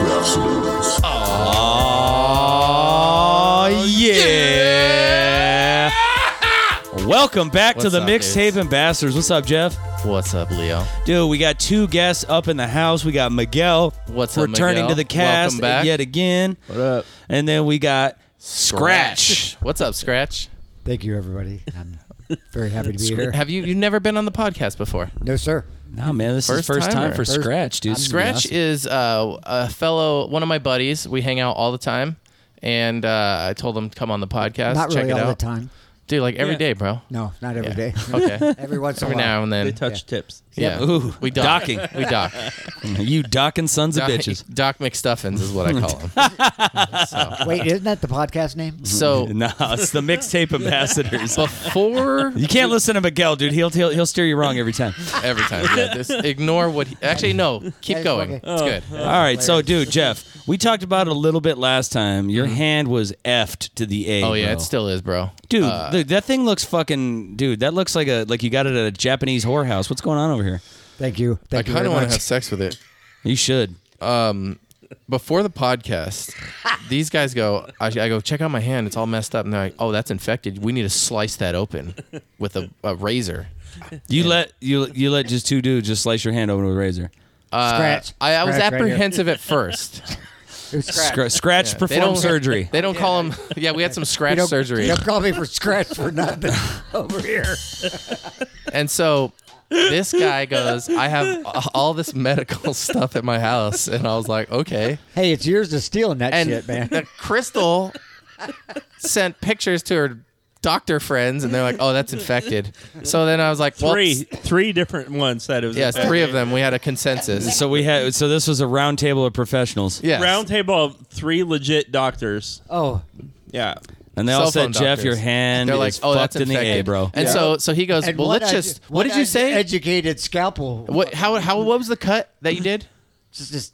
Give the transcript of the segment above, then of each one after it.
Absolute. Oh yeah! Welcome back to What's the up, Mixtape dudes? Ambassadors. What's up, Jeff? What's up, Leo? Dude, we got two guests up in the house. We got Miguel What's up, returning Miguel? to the cast Welcome back. yet again, What up? and then we got Scratch. What's up, Scratch? Thank you, everybody. I'm very happy to be here. Have you you've never been on the podcast before? No, sir. Nah, man, this is First first time timer. for First- Scratch, dude. This Scratch is. gonna be is uh, a fellow, one of my buddies. We hang out all the time, and uh, I told him to come on the podcast. Not check really it all out. the time. dude. Like every Yeah. day, bro. No, not every day. Okay. Every once in a every while. now and then. tips. Yeah. Yep. Ooh. We dock. Docking. We dock. awesome. You docking sons of Doc, bitches. Doc McStuffins is what I call him. Wait, isn't that the podcast Mm-hmm. name? So Nah, it's the Mixtape Ambassadors. before You can't listen to Miguel, dude. He'll he'll, he'll steer you wrong every time. every time, yeah, just ignore what. He, actually, no. Keep Yeah, going. okay. Oh. It's good. All right, so dude, Jeff, we talked about it a little bit last time. Your hand was effed to the A. Mm-hmm. Oh yeah, bro. it still is, bro. Dude, Uh, dude, that thing looks fucking. Dude, that looks like a like you got it at a Japanese whorehouse. What's going on over here? Thank you. I Thank you. kind of very want to much. have sex with it. You should. Before the podcast, these guys go. I, I go check out my hand. It's all messed up, and they're like, "Oh, that's infected. We need to slice that open with a, a razor." You let you you let just two dudes just slice your hand open with a razor. Uh, Scratch. I, I was Scratch right here. apprehensive at first. It was scratch. Scr- scratch They don't- perform surgery. They don't call them. Yeah, we had some You scratch don't- surgery, You don't call me for scratch for nothing over here. and so this guy goes, "I have a- all this medical stuff at my house," and I was like, "Okay." Hey, it's yours to stealing that And shit, man. the Crystal sent pictures to her doctor friends, and they're like, "Oh, that's infected." So then I was like, well, Three, it's- three different ones that it was. Yes, three of them. We had a consensus. So we had so this was a round table of professionals. Yes. Round table of three legit doctors. Oh, Yeah. And they all Cell said, phone Jeff, your doctors. hand They're like, is "Oh, fucked that's in the A, infected, bro. And so, so he goes, and "Well, one let's edu- just. What one did you say? Educated scalpel. what? How? How? What was the cut that you did? Just this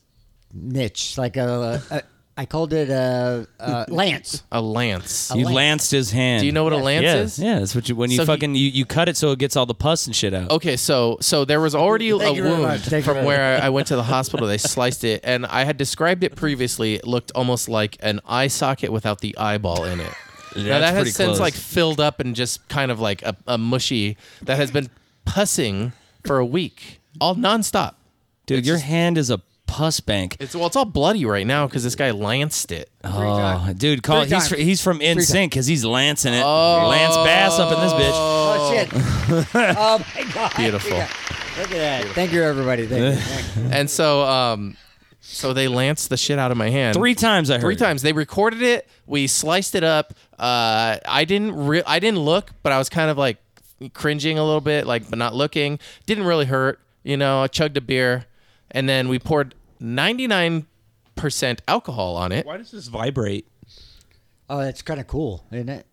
niche, like a. a I called it a, a lance. A lance. You lance. lanced his hand. Do you know what a lance Yeah, is? yeah. That's what you when you So he- fucking you, you cut it so it gets all the pus and shit out. Okay, so so there was already a Thank you very wound much. Thank you from very where I, I went to the hospital. They sliced it, and I had described it previously. It looked almost like an eye socket without the eyeball in it. now That's that pretty has since close. like filled up and just kind of like a, a mushy that has been pussing for a week, all nonstop. Dude, your hand is a pus bank. It's well, it's all bloody right now because this guy lanced it. Oh, dude, call Three he's fr- times. he's from NSYNC because he's lancing it. Oh. Lance Bass up in this bitch. Oh, shit. oh, my God. Beautiful. Look at that. Thank you, everybody. Thank you. Thank you. And so, um, so they lanced the shit out of my hand Three times I heard. Three times they recorded it. We sliced it up. Uh, I didn't. Re- I didn't look, but I was kind of like cringing a little bit, like but not looking. Didn't really hurt, you know. I chugged a beer, and then we poured ninety nine percent alcohol on it. Why does this vibrate? Oh, that's kind of cool, isn't it?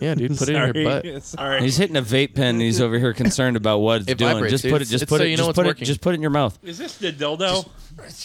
Yeah, dude, put it in your butt. Sorry. He's hitting a vape pen and he's over here concerned about what it's It doing. vibrates, just dude. put it. It's- Just it's put so it. you know just it's put working. it. Just put it in your mouth. Is this the dildo?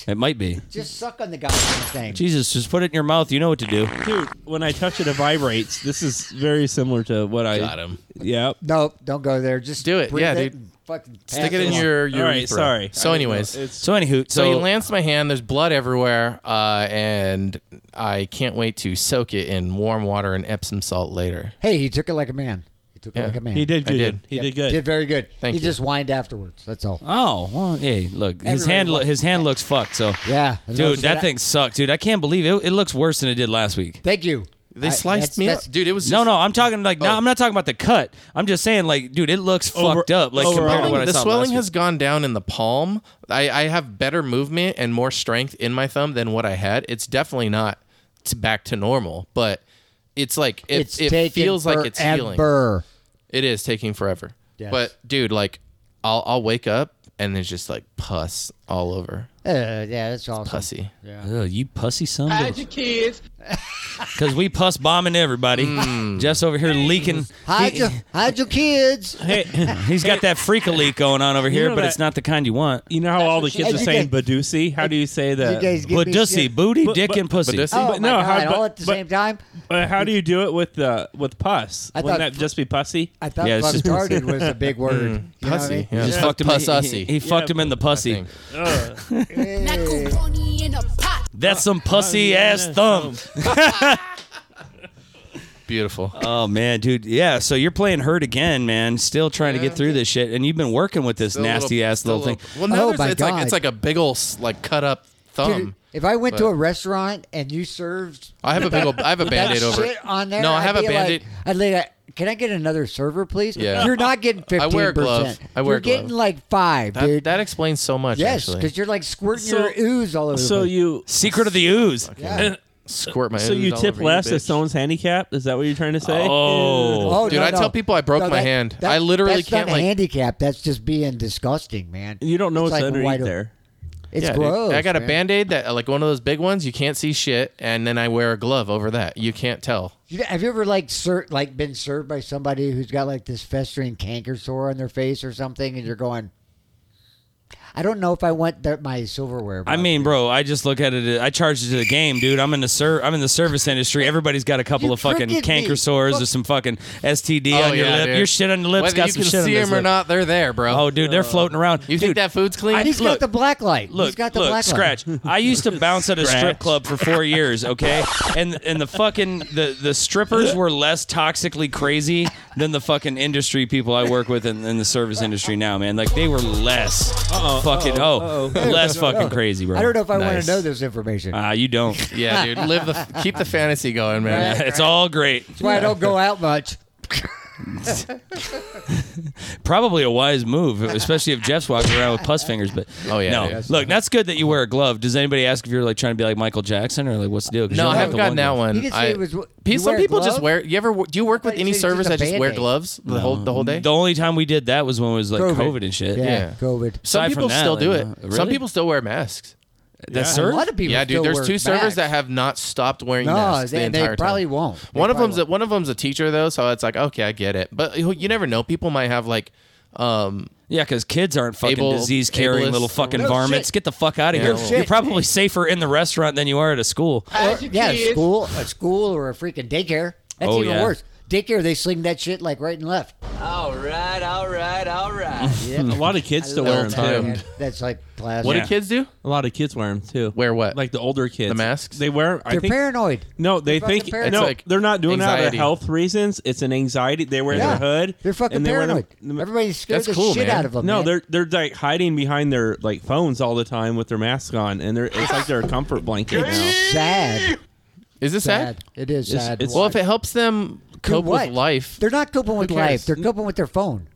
It might be. Just suck on the goddamn thing. Jesus, just put it in your mouth. You know what to do. Dude, when I touch it, it vibrates. This is very similar to what I. Got him. Yep. Nope, don't go there. Just Do it. breathe Yeah, dude. and Fucking Stick it in your All urethra. right. Sorry. So, I- anyways, it's So anywho, so, So he lands my hand. There's blood everywhere, uh, and I can't wait to soak it in warm water and Epsom salt later. Hey, he took it like a man. He took Yeah. it like a man. he did I good. did. He did Did good. very good. Thank he you. just whined afterwards. That's all. oh well, hey, look, his Everybody hand. Lo- wants- his hand looks fucked. So Yeah, as long dude, as that I- thing sucked, dude. I can't believe it. It looks worse than it did last week. Thank you. They I- sliced that's- me up, that's- dude. It was No, just- no, I'm talking like no, Oh. I'm not talking about the cut. I'm just saying like, dude, it looks Over- fucked up. Like compared to overall. what I the saw swelling last has gone down in the palm. I, I have better movement and more strength in my thumb than what I had. It's definitely not to back to normal, but it's like it, It's it taken feels like it's healing. forever. It is taking forever. Yes. But dude, like I'll I'll wake up and there's just like pus all over. Uh, yeah, that's awesome. Pussy. Ugh, you pussy son of Because we puss bombing everybody. Mm. Jeff's over here leaking. Hide He- your, hide your kids. Hey, he's got that freak a leak going on over here, know but that- it's not the kind you want. you know how all the kids she are said. saying Badusi? How do you say You that? guys give But me dussy, shit. booty, But- dick, but- and pussy. but dussy- Oh but my no, how- god! all but- at the but- same time. Uh, how do you do it with the with pus? I Wouldn't thought- that just be pussy? I thought Yeah, it's just- "retarded" was a big word. You know what I Mm, Pussy, mean? yeah. He just Yeah. fucked him. Puss he- ussy. He, he fucked him in the pussy. Thing. Ugh. Macaroni in a pot. That's some pussy ass thumb. Beautiful. Oh man, dude, yeah. So you're playing hurt again, man. Still trying to get through this shit, and you've been working with this Still a nasty little- ass still a little thing. Well, now Oh, there's- my it's like it's God. like a big old like cut up thumb. Dude, if I went to Um, but- a restaurant and you served I have a big old, I have a that band-aid over. it. shit on there, no, I I'd have a be like- band-aid. I'd lay that. Can I get another server, please? Yeah. You're not getting fifteen I percent. wear a glove. I wear a You're getting glove. like five, that, dude. that explains so much. yes, actually. because you're like squirting So- your ooze all over. So the place. you Secret of the ooze. Yeah. squirt my. so you tip less last if someone's handicapped? Is that what you're trying to say? Oh. Oh, Dude, no, I tell no. people I broke No, my that- hand. that- I literally that's can't not a like. handicap. That's just being disgusting, man. You don't know It's what's like wide underneath o- there. It's Yeah, dude. gross. I got a man. band-aid that like one of those big ones you can't see shit and then I wear a glove over that. You can't tell. You- Have you ever like ser- like been served by somebody who's got like this festering canker sore on their face or something, and you're going, I don't know if I want their, my silverware. I back." mean, bro, I just look at it. I charge it to the game, dude. I'm in the ser- I'm in the service industry. Everybody's got a couple You of fucking crooked canker me. sores or Fuck. some fucking STD Oh, on your yeah, lip. dude. Your shit on your lips Whether got you some can shit on see this them or lip. not, they're there, bro. Oh, dude, they're floating around. you think Dude, that food's clean? He's look- got the black light. Look, He's got the look, black light. scratch. I used to bounce at a strip club for four years, okay, and and the fucking the the strippers were less toxically crazy than the fucking industry people I work with in, in the service industry now, man. Like they were less fucking oh less fucking crazy, bro. I don't know if I want Nice. to know this information. Ah, you don't. yeah, dude. Live the keep the fantasy going, man. It's all great. That's why I don't go out much. Probably a wise move, especially if Jeff's walking around with pus fingers. But Oh, yeah, no. yeah. Look, that's good that you wear a glove. Does anybody ask if you're like trying to be like Michael Jackson or like what's the deal? 'Cause you No, I only have haven't the gotten that glove. one. He didn't say I, it was- you Pe- wear some a people just glove? wear. You ever wo- do you work I thought with you any said it's servers just a that just wear Band-Aid. gloves the whole the whole day? The only time we did that was when it was like COVID, and shit. Yeah, Yeah. COVID. some aside from people that, still do like, it. uh, Some really? people still wear masks. That Yeah. A served? lot of people. yeah, dude. still There's wear two servers masks. that have not stopped wearing No, masks the they, entire they probably time. won't. They one of probably them's a, won't. one of them's a teacher though, so it's like okay, I get it. But you you never know. People might have like, um, Yeah, because kids aren't fucking Able- disease carrying ableist little fucking No varmints. shit. Get the fuck out of here. shit. You're probably safer in the restaurant than you are at a school. Or- yeah, a school, a school, or a freaking daycare. That's Oh, even yeah. worse. Daycare, they sling that shit like right and left. All right, all right, all right. A lot of kids still wear Love that, them. Too. time. man. That's like plastic. what Yeah. do kids do? A lot of kids wear them too. Wear what? Like the older kids. The masks? They wear. I They're think. paranoid. No, they fucking think paranoid. no. It's like they're not doing that out of anxiety. health reasons. It's an anxiety. They wear Yeah, their hood. They're fucking and they wear them- paranoid. Everybody's scared That's the cool, shit man. out of them. no, man. they're they're like hiding behind their like phones all the time with their masks on, and they're it's like their comfort blanket. now. sad. Is this sad? Sad. It is It's- sad. it's- Well, if it helps them cope Do what? with life, They're not coping with cares? life. They're coping with their phone.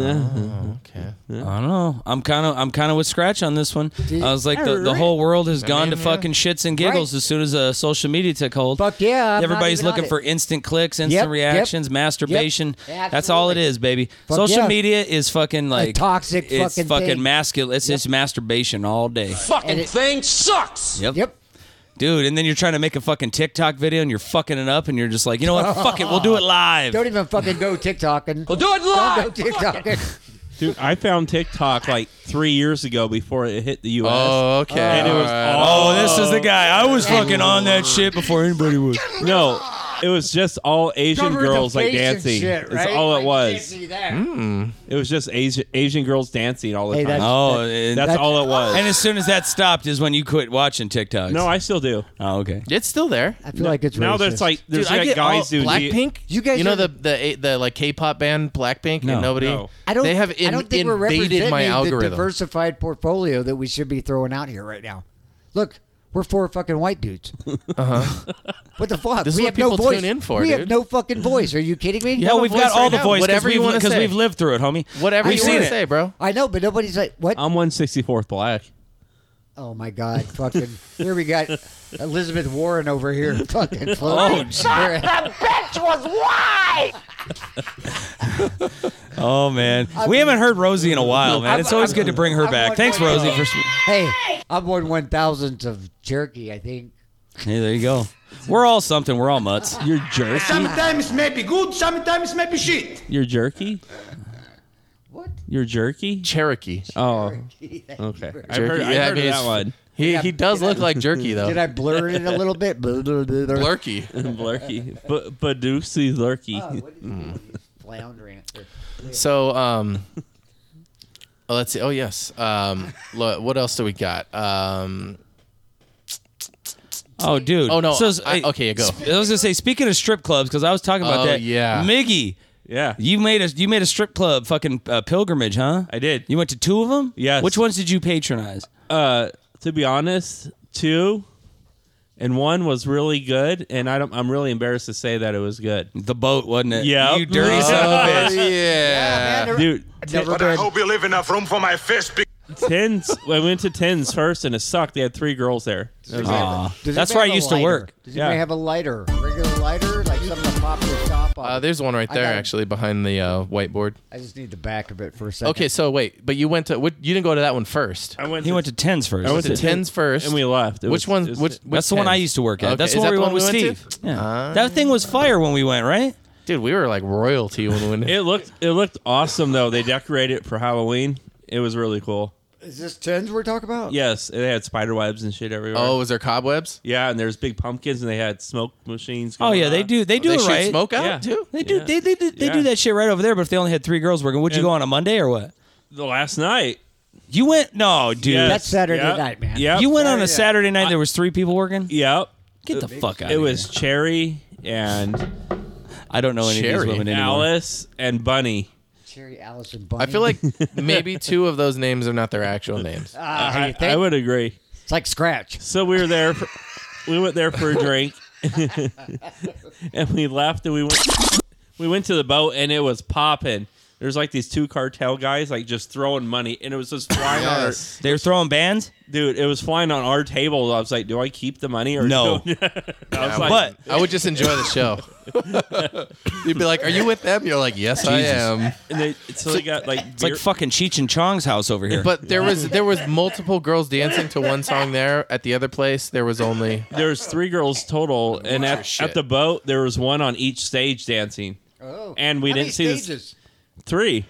okay. I don't know. I'm kind of I'm kind of with scratch on this one. I was like the, the whole world has gone to mean, yeah. fucking shits and giggles Right. as soon as uh, social media took hold. Fuck yeah, I'm not Everybody's even on looking it. for instant clicks, instant Yep, yep, reactions, masturbation. yep, That's all it absolutely. is, baby. Fuck social yeah. media is fucking like toxic it's fucking fucking thing. masculine. It's just masturbation all day. Fucking And it- thing sucks. Yep. Yep. Dude, and then you're trying to make a fucking TikTok video and you're fucking it up and you're just like, you know what? Fuck it, we'll do it live. Don't even fucking go TikToking. We'll do it Don't go live. TikToking. Dude, I found TikTok like three years ago before it hit the U.S. Oh, okay. and it was Alright. all Oh, this is the guy. I was fucking on that shit before anybody was. no, it was just all Asian Cover the girls like face and dancing. shit, That's right? all Like, it you can't was. Hmm? see that. It was just Asian Asian girls dancing all the Hey, time. that's- Oh, and, that's all it was. and as soon as that stopped is when you quit watching TikToks. no, I still do. Oh, okay. It's still there. I feel like it's now racist. there's like there's Dude, I like get guys all, who Blackpink. You guys you know are the the- the, eh, the like K-pop band Blackpink. No. and nobody. No. I don't. They have I in, don't think we're invaded representing my the algorithm. diversified portfolio that we should be throwing out here right now. Look, we're four fucking white dudes. Uh huh. what the fuck? Uh-huh. This is we what have no people voice. tune in for, we have dude. no fucking voice. Are you kidding me? Yeah, a we've voice got all right the now. voice. 'cause Whatever you we've- wanna say. we've lived through it, homie. Whatever We've you seen want it. to say, bro. I know, but nobody's like, what? Um, I'm 164th black. oh my god, fucking! Here we got Elizabeth Warren over here, fucking. Oh, floating. We're- Oh man, we haven't heard Rosie in a while, man. I'm- It's always I'm- good to bring her I'm back. one Thanks, point Rosie. oh. For hey, I'm one one thousandth of Cherokee, I think. hey, there you go. We're all something. We're all mutts. You're jerky. Sometimes maybe good, sometimes maybe shit. You're jerky. What? You're jerky. Cherokee. Oh, okay. I've heard, Jerky. Yeah, I I've heard mean, of it's- that one. He I- he does did I- look like jerky Did though. I blur it a little bit? Blur. Lurky. Blurky, but Badooksy Lurky. Oh, what is floundering? So um, oh, let's see. Oh yes. Um, lo- what else do we got? Um, Oh, dude. Oh, no. So, s- I- okay, go. sp- I was gonna say, speaking of strip clubs, because I was talking about Oh, that. yeah. Miggy, Yeah. you made a you made a strip club fucking uh, pilgrimage, huh? I did. You went to two of them. Yes. Which ones did you patronize? Uh, to be honest, two and one was really good, and I don't, I'm really embarrassed to say that it was good. The boat, wasn't it? Yeah. You dirty son Oh, of a bitch. yeah. Dude, Never But I been. hope you leave enough room for my fist. Be- tens. I went to tens first, and it sucked. They had three girls there. Aw. Does That's anybody where I have a used to lighter? work. Does Yeah. anybody have a lighter, a regular lighter, like something to pop the top on? Uh, there's one right I there, got it. actually, behind the uh, whiteboard. I just need the back of it for a second. Okay, so wait, but you went to what? You didn't go to that one first. I went. He went to tens first. I went to Tens first, and we left. It Which was- one? it was- Which, which That's the one I tens? used to work at. Okay, That's is the one that we the went one with we went Steve. Yeah. that thing was fire when we went, right? Dude, we were like royalty when we went. It looked. It looked awesome though. They decorated it for Halloween. It was really cool. Is this tens we're talking about? Yes, they had spider webs and shit everywhere. oh, was there cobwebs? yeah, and there's big pumpkins, and they had smoke machines. Oh going yeah, they on. do. They do they it shoot right. smoke out Yeah. too. They do. Yeah. They they, they, they Yeah. do that shit right over there. But if they only had three girls working, would you And- go on a Monday or what? The last night. You went? No, dude. Yes. That's Saturday Yep. night, man. Yep. You went on a Saturday night. there was three people working. Yep. Get the fuck out. It was Cherry and I don't know any of Sherry. these women anymore. Alice and Bunny. Cherry Allison Bunny. I feel like maybe two of those names are not their actual names. Ah, you I, think? I would agree. it's like scratch. So we were there. For, we went there for a drink, and we left, and we went. We went to the boat, and it was popping. There's like these two cartel guys, like just throwing money, and it was just flying Yes. They were throwing bands. on our dude. It was flying on our table. I was like, "Do I keep the money or No. do-" I was like, But I would just enjoy the show. You'd be like, "Are you with them?" You're like, "Yes, I am." and they, so they got like it's like fucking Cheech and Chong's house over here. But there was there was multiple girls dancing to one song there. At the other place, there was only there's three girls total, and your at, shit. at the boat there was one on each stage dancing. Oh. And we How didn't many see this- stages? Three.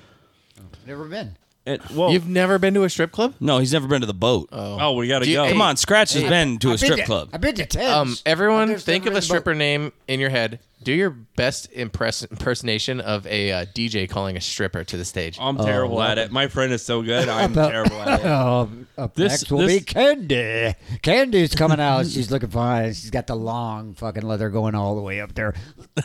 Never been. And, well, You've never been to a strip club? no, he's never been to the boat. oh, we gotta Do you- go. hey, Come on, Scratch has been to a I've been strip to- club. I've been to tens. Um, everyone, I've just think never of a been to stripper name in your head. Do your best impress- impersonation of a uh, DJ calling a stripper to the stage. Oh. I'm Oh, terrible at it. My friend is so good. I'm About- terrible at it. Um, up This- next will this- be Candy. Candy's coming out. She's looking fine. She's got the long fucking leather going all the way up there.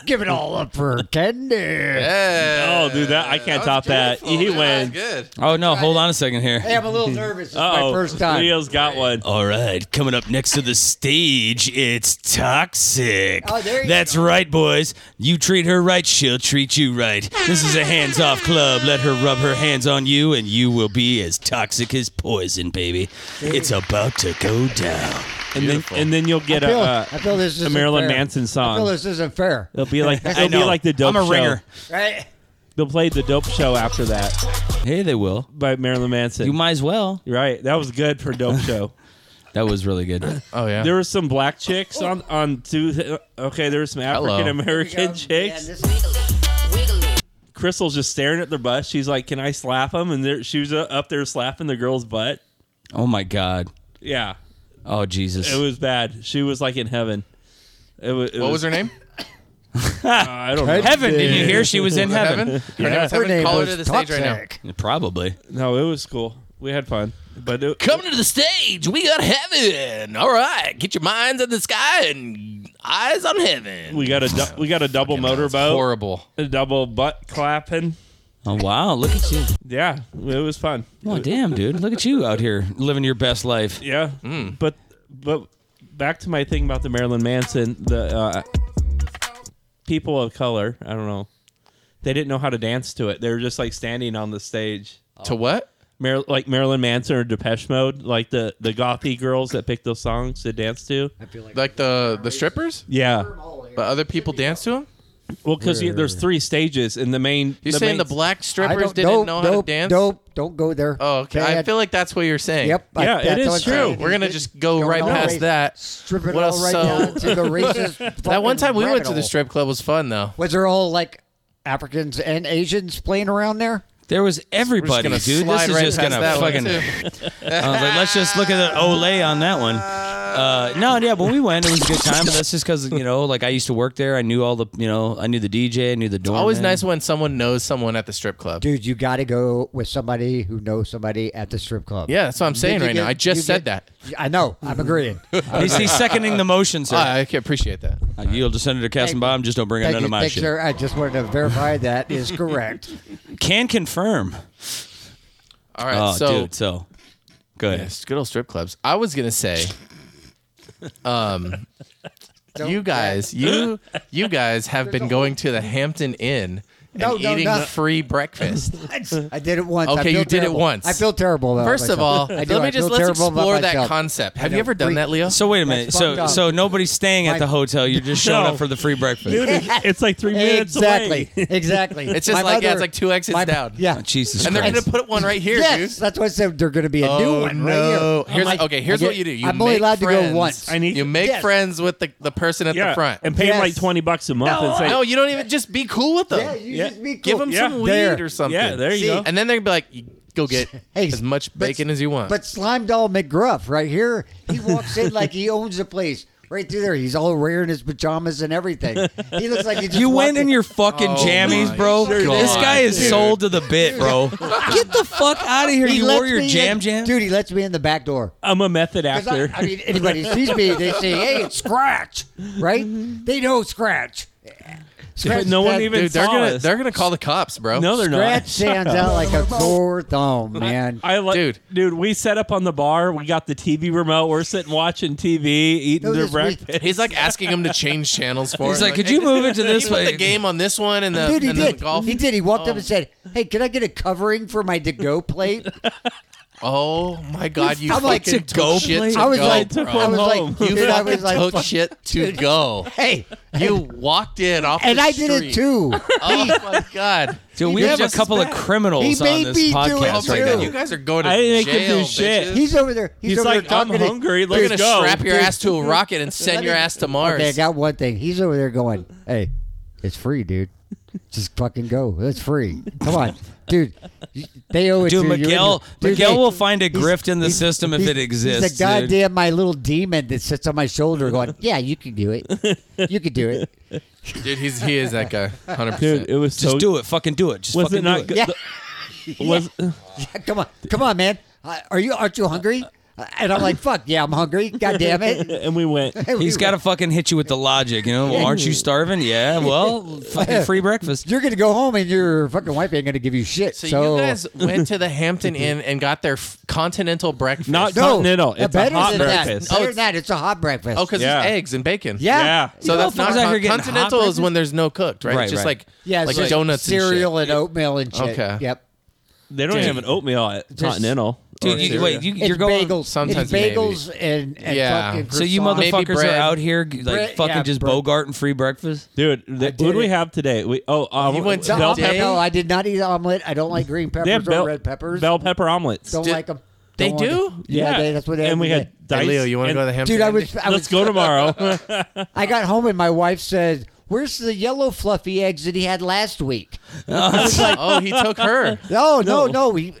Give it all up for Candy. Hey, Oh, dude, that I can't top that. He wins. Good. Oh no, hold on a second here. Hey, I'm a little nervous. It's Oh, my first time. Leo's got one. All right, coming up next to the stage, it's Toxic. Oh, there you That's right, boys. You treat her right, she'll treat you right. This is a hands off club. Let her rub her hands on you, and you will be as toxic as poison, baby. It's about to go down. And then, and then you'll get I a, feel, uh, I feel this a isn't Marilyn fair. Manson I feel song. this isn't fair. They'll be like I they'll be know. like the dope I'm a show. ringer. Right? They'll play the dope show after that Hey, they will. by Marilyn Manson. You might as well. right. That was good for dope show. That was really good. Oh yeah. There were some black chicks on on two. Okay, there were some Hello. African American Man, chicks. this is- Crystal's just staring at their butt. She's like, "Can I slap them?" And there, she was uh, up there slapping the girl's butt. Oh my God. Yeah, Oh Jesus. it was bad. She was like in heaven. It was, it what was her name? I don't know. heaven. Did you hear? She was in heaven. Heaven. Her name is Her Heaven. name Call her was to the toxic. stage right now. Probably. No, it was cool. We had fun, but it, Coming to the stage, we got heaven. All right, get your minds in the sky and eyes on heaven. we got a du- we got a double motorboat, Horrible. a double butt clapping. Oh wow, look at you. Yeah, it was fun. Oh damn, dude. Look at you out here living your best life. Yeah, Mm. but but back to my thing about the Marilyn Manson, the uh, people of color. I don't know. They didn't know how to dance to it. They were just like standing on the stage, To what? Mar- like Marilyn Manson or Depeche Mode, like the the gothy girls that picked those songs to dance to. I feel like, Like the the strippers? Yeah, But other people dance to them? well, because there's three stages, and the main You're saying main- the black I strippers don't didn't nope, know how nope, to dance? Nope, don't go there. Oh, okay. I Bad. feel like that's what you're saying. Yep. I- Yeah, it that's is what I'm true. saying. We're gonna You just go don't right always past that. Strip it What all else? right So- down to the racist. That one fucking time we went rabbit to the hole. strip club was fun though. Was there all like Africans and Asians playing around there? There was everybody, We're dude. This is just gonna fucking. I was like, let's just look at the Olay on that one. Uh, no, yeah, when we went, it was a good time. But that's just because you know, like I used to work there. I knew all the, you know, I knew the DJ, I knew the door. Always nice when someone knows someone at the strip club. Dude, you got to go with somebody who knows somebody at the strip club. Yeah, that's what I'm saying You right get- now. I just you said get- I know. I'm agreeing. He's, he's seconding the motion, sir. that. Ah, I I can appreciate that. Uh, You'll just send it to Cast and Bomb. Just don't bring up Thank none you, of my thank shit. sir. I just wanted to verify that is correct. Can confirm. All right, Oh, so dude. So good. Yes, good old strip clubs. I was gonna say, um, you guys, you you guys have been going to the Hampton Inn and No, no, eating no. free breakfast. I did it once. I Okay, feel you did it terrible. once. I feel terrible. Though, First of all, myself. Oh, I let do. I me feel just let's terrible about explore that myself. concept. I Have you know, ever done freak- that, Leo? So wait a minute. That's So fucked up. so nobody's staying at My- the hotel. You're just showing up for the free breakfast. Dude, it's like three minutes Exactly. away. Exactly. It's just My like- yeah, mother- it's like two exits my- down. Oh, Yeah. Jesus and they're Christ. gonna put one right here, Yes, dude. that's what I said. They're going to be a Oh, new one no. right here. Here's- I'm like- okay, here's I get- what you do. You I'm only make allowed to friends- go once. I need You make Yes. friends with the, the person at yeah, the frent. and pay him like Yes. twenty bucks a month and say, no, you don't even just be cool with them. yeah, you Yeah. just be cool. Give them Yeah. some weed There. or something. yeah, there you See, go. And then they're gonna be like, "You go get Hey, as much but- bacon as you want. But Slime Doll McGruff right here, he walks in like he owns the place. Right through there, he's all wearing his pajamas and everything. He looks like he just You walked went in your fucking Oh jammies, my bro. God, This guy is dude. sold to the bit, bro. Get the fuck out of here. He you lets wore your me jam in- jam. dude. He lets me in the back door. I'm a method 'Cause actor. I, I mean, anybody sees me, they say, "Hey, it's Scratch," right? They know Scratch. Scratch but no one that- even Dude, they're saw gonna us. they're gonna call the cops, bro. no, they're Scratch not. stands out like a sore thumb, man. I like, Dude. dude. Dude, we set up on the bar. We got the TV remote. We're sitting watching TV, eating No, their this week- breakfast. He's like asking him to change channels for. He's him. like, could you move into "Hey, this you put way? the game on this one and the, Dude, he and did. the golf? He did. He walked up and said, "Hey, can I get a covering for my to-go plate?" Oh my god, you I'm like, fucking to took go shit play? to I was go, like, bro. I was home. like, you dude, I fucking was like, took fuck, shit to go. hey, You walked in off and the I did it street. too. Oh my god. Oh, Dude, we He have a made us couple of mad. criminals He on made this me do podcast it right too. now. Dude. You guys are going to I didn't make him jail, do shit. bitches. He's over there. He's, He's over like, there I'm talking to- hungry. They're Let's gonna go. strap your Dude. ass to a rocket and send Let your me- ass to Mars. Okay, I got one thing. He's over there going, "Hey, it's free, dude. Just fucking go. It's free. Come on, dude. you- They owe it Dude, to you. You're Miguel- in the- dude, Miguel hey, will find a he's- grift in the he's- system if he's- it exists, He's dude. like, goddamn, my little demon that sits on my shoulder, going, "Yeah, you can do it. You can do it." Dude, he's he is that guy. 100%. Dude, it was Just so. do it. Fucking do it. Just Was fucking it do not good? it. Yeah. The- Was Come on, come on, man. Uh, Are you? Aren't you hungry? Uh, And I'm like, "Fuck yeah, I'm hungry. God damn it." and we went. He's got to fucking hit you with the logic, you know? Well, aren't you starving? Yeah, well, fucking free breakfast. You're gonna go home, and your fucking wife ain't gonna give you shit. So, So, you guys went to the Hampton Inn and got their f- continental breakfast. Not- no, Continental. It's a better hot than breakfast. that. Better Oh, than that. It's a hot breakfast. oh, because Yeah. it's eggs and bacon. Yeah. Yeah. So You that's know, fuckers not out here con- getting continental hot is when there's no cooked, right? Right, It's just right. like Yeah, it's like donuts, and shit. cereal and, oatmeal and shit. Okay. Yep. They don't Dude. have an oatmeal at Continental. Dude, Or you, cereal. wait, you, Oh, It's you're going. bagels. Sometimes it's bagels and, and Yeah. fucking So you croissants. Maybe motherfuckers are bread. out here like Bread- fucking yeah, just bread. Bogart and free breakfast? dude. the- what do did we it. have today? We oh, um, You went No, bell I'll- today? pepper. no, I did not eat omelet. I don't like green They peppers have bell, or red peppers. bell pepper omelets. don't Did- like them. they do? Yeah, Yeah, they, that's what they And have we today. had Hey, dice. Leo, you want to and- go to the Hampton? Dude, I Inn? was, I was. Let's go tomorrow. I got home and my wife said, "Where's the yellow fluffy eggs that he had last week?" oh, he took her. No, no, no. He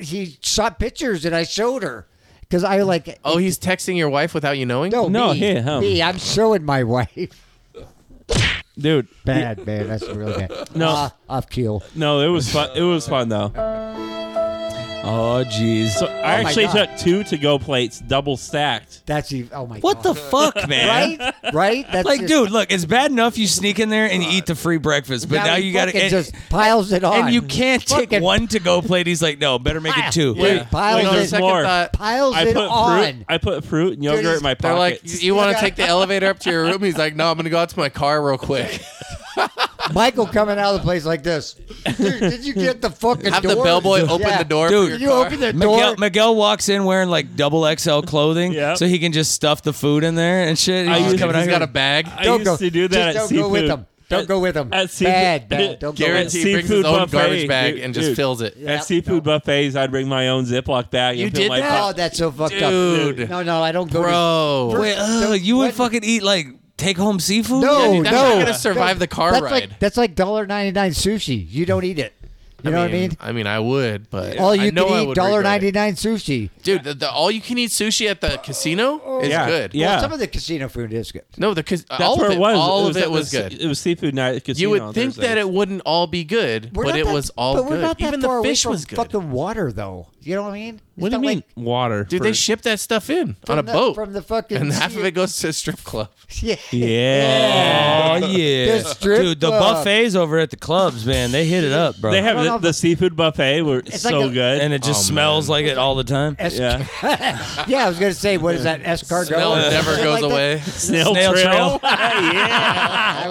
he shot pictures and I showed her because I like. Oh, he's texting your wife without you knowing. no, no, me, here, him. me, I'm showing my wife. dude. Bad man, that's really bad. No. Ah, off keel. No, it was fun. It was fun though. Oh, jeez. So I Oh my actually God. took two to go plates, double stacked. That's even. Oh my What god. the fuck, man? Right, right. That's Like, just- dude, look, it's bad enough you sneak in there and you eat the free breakfast, but now, he you got to fucking and, just piles it on. and you can't take Fucking- one to go plate. He's like, no, better make it two. Dude, Yeah. piles Wait, no, it, there's second more. thought. piles I it put fruit. on. I put fruit and he's- yogurt in my They're like, pocket. "You- you want to take the elevator up to your room? He's like, no, I'm gonna go out to my car real quick. Michael coming out of the place like this. Dude, did you get the fucking Have the door? bellboy open Yeah. the door. Dude, for your You car. open the door. Miguel, Miguel walks in wearing like double XL clothing, Yep. so he can just stuff the food in there and shit. He's I just used- coming Uh, He's out got a here. bag. I Don't used go. to do that. Just at don't go with seafood. them. Don't go with them. At seafood- Bad, bad. Don't go with Guaranteed them. Seafood brings his own buffet, garbage bag dude, and just dude. fills it. At seafood buffets, I'd bring my own Ziploc bag. You and fill did my that? pocket. Oh, that's so fucked up. Dude. No, no, I don't go. Bro. To, Wait, ugh, you would What? fucking eat like take home seafood? No, Dude, that's not no. gonna survive the car that's ride. Like, that's like dollar ninety nine sushi. You don't eat it. You know what I mean? I mean, I would, but All I you know I can eat would dollar regret ninety it. nine sushi. Dude, the, the all you can eat sushi at the Oh. casino is Yeah. good. Yeah. Well, some of the casino food is good. No, the cas- That's all where of it was. all of at it the was se- good. It was seafood night at casino. You would on think Thursdays. that it wouldn't all be good, We're but not it that- was all but good. we're not that Even far the away fish from was good. Fucking water, though. You know what I mean? What It's do you not mean like water? Dude, they ship that stuff in on a the- boat from the fucking and half sea- of it goes to a strip club. yeah. Yeah. yeah. The strip Dude, the club. buffets over at the clubs, man, they hit it up, bro. They have I don't know the, if the seafood buffet. Were like so a- good. and it just smells like it all the time. Es- yeah, yeah, I was gonna say, what is that escargot? Smell or never shit goes like that? away. snail, Snail trail. trail. All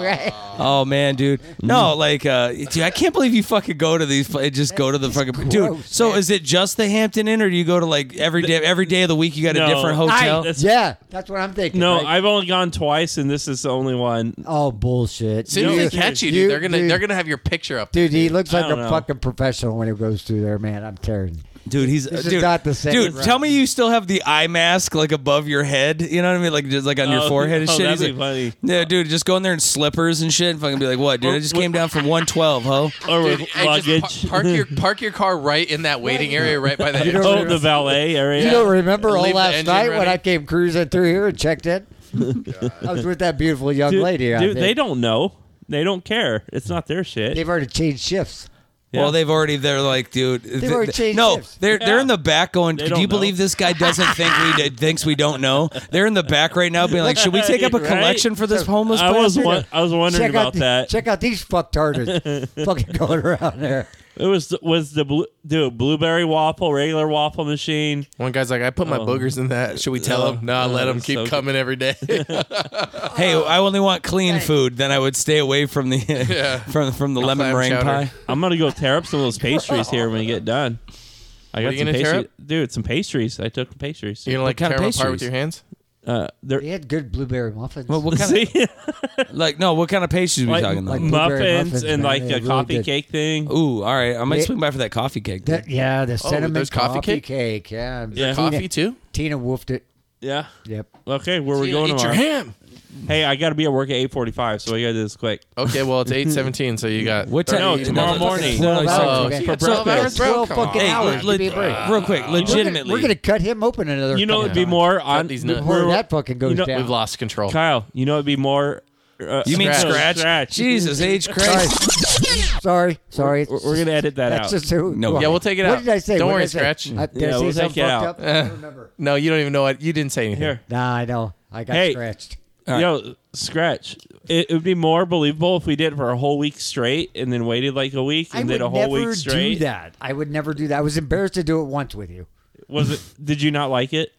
right. Oh man, dude. No, like, uh, dude, I can't believe you fucking go to these. pla- Just go to the fucking dude. gross, So man. is it just the Hampton Inn, or do you go to like every day? Every day of the week, you got a No. different hotel. That's- Yeah, that's what I'm thinking. No, right? I've only gone twice, and this is the only one. Oh bullshit! As soon as You- they catch you, dude, you- they're gonna dude. they're gonna have your picture up. Dude, he looks I like a don't know. fucking professional when he goes through there, man. I'm telling you. dude, he's uh, This is dude. not the same, dude, bro. tell me you still have the eye mask like above your head. You know what I mean? Like just like on your Oh, forehead and oh, shit. that'd He's be like, funny. Yeah, dude, just go in there in slippers and shit, and fucking be like, what, dude? I just came down from 112, ho. Or Dude, with hey, luggage. just par- park your park your car right in that waiting area, right by the You don't oh, remember- the valet area. You don't remember all Leave the last engine night when running. I came cruising through here and checked in? I was with that beautiful young dude, lady. I dude, think. they don't know. They don't care. It's not their shit. They've already changed shifts. Well, they've already they're like, dude. th- already th- changed no, shifts. they're they're in the back going. They Do don't you know." believe this guy doesn't think we did, thinks we don't know? They're in the back right now, being like, should we take up a Right? collection for this homeless? I was bastard?" wa- I was wondering check out about the- that. Check out these fuck tartars fucking going around there. It was was the blue, dude blueberry waffle, regular waffle machine. One guy's like, I put my Oh. boogers in that. Should we tell him? No, let him it's keep so good. coming every day. Hey, I only want clean food. Then I would stay away from the from from the lemon clam meringue chowder. pie. I'm gonna go tear up some of those pastries here when we get done. I got you some gonna tear pastries, dude. Some pastries. I took pastries. you gonna like kind tear of him apart pastries? with your hands? Uh, they're They had good blueberry muffins. Well, what kind see, of like no? What kind of pastries are we like, talking muffins, about? blueberry muffins, man, and like they're a really coffee good. cake thing. Ooh, all right. I might They- swing by for that coffee cake. dude. That- yeah, Oh, the cinnamon there's coffee cake? Yeah, Yeah. Tina, Coffee too? Tina woofed it. Yeah. Yep. Okay, where we going eat your tomorrow? ham. Hey, I got to be at work at 8:45, so we got to do this quick. Okay, well it's eight seventeen, so you got What time? No, thirty- tomorrow no, morning. no, no, Twelve sorry. Oh, Okay. okay. For For so breakfast. breakfast. Twelve fucking Hey, hours. le- Give me a break. real quick, legitimately. We're gonna cut him open another. You know, couple it'd be times more on these nuts. before we're- that fucking goes you know- down. We've lost control. Kyle, you know it'd be more. Uh, You mean scratch? scratch? Jesus H. Christ. Sorry, sorry. We're, we're gonna edit that out. That's just who. No. who- Yeah, we'll take it out. what did I say? Don't What worry, did I Scratch. say? I, did Yeah, I say we'll something take it fucked out. up? I don't remember. No, you don't even know what you didn't say anything. Here, Nah, I know. I got Hey. scratched. yo, scratch. It, it would be more believable if we did it for a whole week straight and then waited like a week I and would did a whole never week do straight. that. I would never do that. I was embarrassed to do it once with you. Was it? Did you not like it?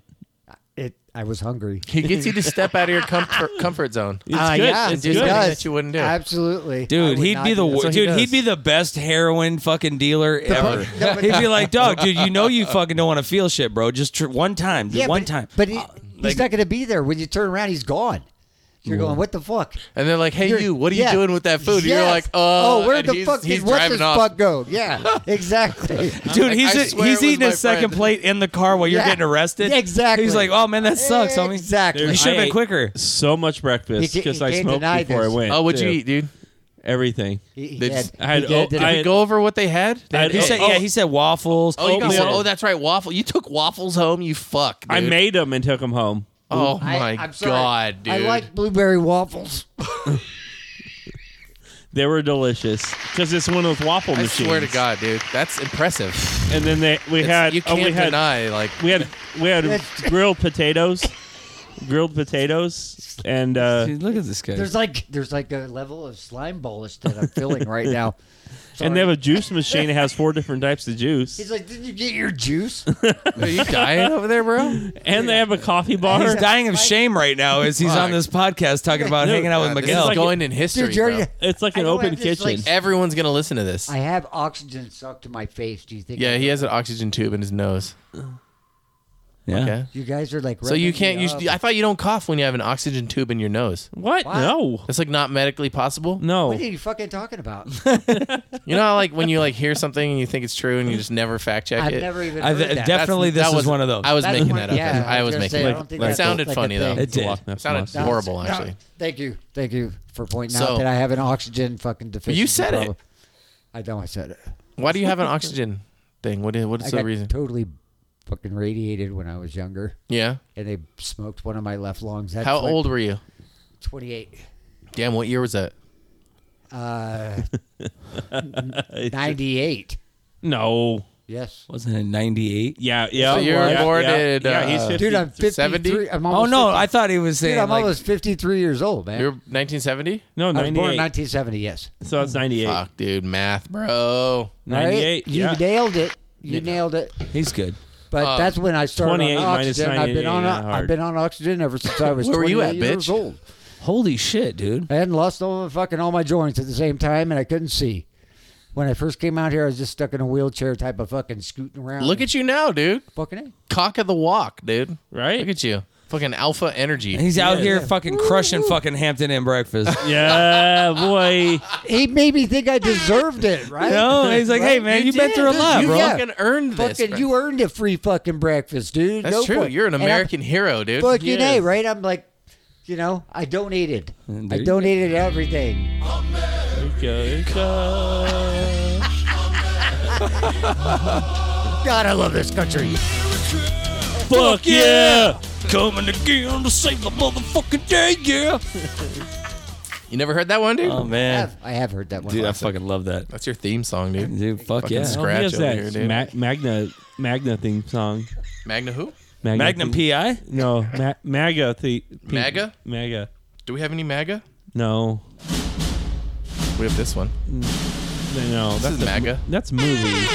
It. I was hungry. He gets you to step out of your comfort comfort zone. It's Ah, good. yeah, it's it do good. something does. that you wouldn't do. Absolutely, I Dude, would he'd not be the do that. wor That's what he dude. does. he'd be the best heroin fucking dealer ever. no, but- he'd be like, dog, dude, you know you fucking don't want to feel shit, bro. Just tr- one time, dude, Yeah, one but, time. But he, he's like- not going to be there when you turn around. He's gone. You're going. What the fuck? And they're like, "Hey, You're- you, what are you yeah. doing with that food?" And You're Yes. like, "Uh." oh, where and the he's, fuck he's did what's driving his off. fuck go? Yeah, exactly. dude, Like, I he's swear he's it was eating my his second friend. plate in the car while you're Yeah. getting arrested. Exactly. He's like, oh man, that sucks, homie. Exactly. You should have I been ate quicker. So much breakfast He ca- because he I can't smoked deny before this. I went. Oh, what'd you too. eat, dude? Everything. He- he They had- just- oh, I had he did o- it. I We had- go over what they had. I had He Oh, said, oh. yeah, he said waffles. Oh, you got oatmeal. one- oh, that's right, waffle. You took waffles home. You fuck. Dude. I made them and took them home. Oh I- my I'm sorry. god, dude. I like blueberry waffles. They were delicious because it's one of those waffle I machines. swear to God, dude, that's impressive. And then they we It's- had you oh, can't we had deny, like, we had we had That's- grilled potatoes, grilled potatoes, and uh, Dude, look at this guy. There's like there's like a level of slime bolus that I'm feeling right now. and they have a juice machine that has four different types of He's juice. like, did you get your juice? are you dying over there, bro? And they have a coffee bar. He's dying of shame right now as he's on Fuck. this podcast talking about Dude, hanging out with God, this Miguel. is like- going in history. Dude, you already- bro. It's like I an know, open I'm just, like, kitchen. Everyone's gonna listen to this. I have oxygen sucked to my face. Do you think? yeah, he has an oxygen tube in his nose. yeah. Okay. You guys are like. So you rubbing can't me use. up. I thought you don't cough when you have an oxygen tube in your nose. what? No, That's like not medically possible. no. What are you fucking talking about? You know, how, like when you like hear something and you think it's true and you just never fact check I've it. never even I- heard that. def- Definitely this that is was- one of those. I was That's making one- that up. yeah, as- I I was was gonna making say, I it. don't up. think It that's sounded like a funny though. thing. It did. That's sounded fine. No, horrible no, actually. thank you, thank you for pointing So- out that I have an oxygen fucking deficiency. said it. problem. I know I said it. Why do you have an oxygen thing? What is what I is the got reason? totally fucking radiated when I was younger, yeah. and they smoked one of my left lungs. That's How what- old were you? Twenty-eight. Damn, what year was that? Uh, ninety-eight. No. Yes. Wasn't it 98? Yeah, yeah. So you were yeah, born yeah, in, yeah, he's uh, 50. Dude, I'm 53. 70? I'm Oh, almost no. 50. I thought he was saying. Dude, I'm like, almost 53 years old, man. You were 1970. no, I was born in 98. 1970, yes. So it's 98. Fuck, dude, math, bro. All right? 98. You yeah. nailed it. You nailed it. he's good. But Uh, Um, that's when I started 28 on minus oxygen. I've been 98, on yeah, I've hard. been on oxygen ever since I was Where were you 28 at, years bitch? old. Holy shit, dude. I hadn't lost all of fucking all my joints at the same time, and I couldn't see. When I first came out here, I was just stuck in a wheelchair type of fucking scooting around. Look at you now, dude. fucking it. Cock of the walk, dude. Right? Look at you. Fucking alpha energy. He's out here fucking crushing fucking Hampton Inn breakfast. Yeah, boy. He made me think I deserved it, right? no, he's like, hey, man, You you've been did, through a dude. lot, You bro. Yeah. fucking earned this. Fucking, bro. you earned a free fucking breakfast, dude. That's Go true. for it. You're an And I'm- American hero, dude. Fuck you, Yes. day, right? I'm like, you know, I donated. And I there you donated everything. America. God, I love this country. Fuck yeah. Coming again to save the motherfucking day, yeah. You never heard that one, dude? Oh, I man. have, I have heard that one. Dude, I fucking love that. That's your theme song, dude. Dude, fuck Fucking yeah. screw- Oh, he Scratch has over that here, dude. Ma- Magna Magna theme song. Magna who? Magna, Magnum theme- PI? No, Ma- MAGA. The, MAGA? MAGA. Do we have any MAGA? No, We have this one. no. This That's is MAGA. that's movie. No.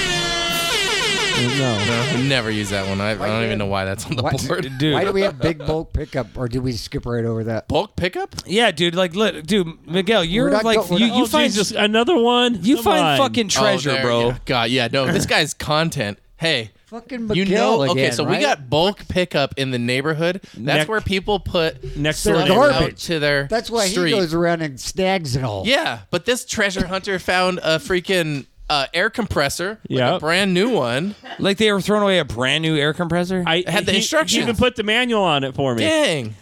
Oh, No, we never use that one. I, I don't even know why that's on the Why- board. Dude. Why do we have big bulk pickup, or did we skip right over that? Bulk pickup? Yeah, dude. Like, look, dude, Miguel, you're We're not like, go- we're you, not- you Oh, find Find just another one. you Come find on. fucking Oh, treasure, there- bro. yeah. God, yeah, no, this guy's content. Hey, Fucking you Miguel know, okay, again, so we right? got bulk pickup in the neighborhood. That's Neck- where people put next So door stuff neighbor. garbage. out to their That's why street. he goes around and snags and all. Yeah, but this treasure hunter found a freaking uh, air compressor, like a Yep. brand new one. Like, they were throwing away a brand new air compressor? I had the he- instructions. He even put the manual on it for me. Dang,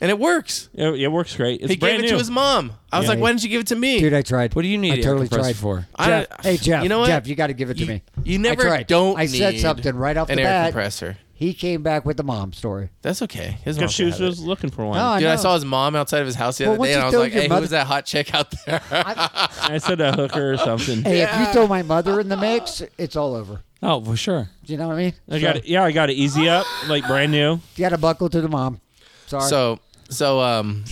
and it works. It, it works great. It's He brand gave it new. to his mom. I was like, why didn't you give it to me? Dude, I tried. what do you need I an totally air compressor tried. for? I- Jeff, hey Jeff, you know what? Jeff, you got to give it to You- me. you I never tried. don't I said need something right off an the air bat. compressor. He came back with the mom story. Oh, That's okay. His mom Because she should was have it. just looking for one. No, I Dude, I know. saw his mom outside of his house the Well, other once day, and you I was told like, your "Hey, mother- who's that hot chick out there?" I said a hooker or something. Hey, if you throw my mother in the mix, it's all over. Oh, for sure. Do you know what I mean? I got it. Yeah, I got it. Easy up, like brand new. You got to buckle to the mom. Sorry. so, so um.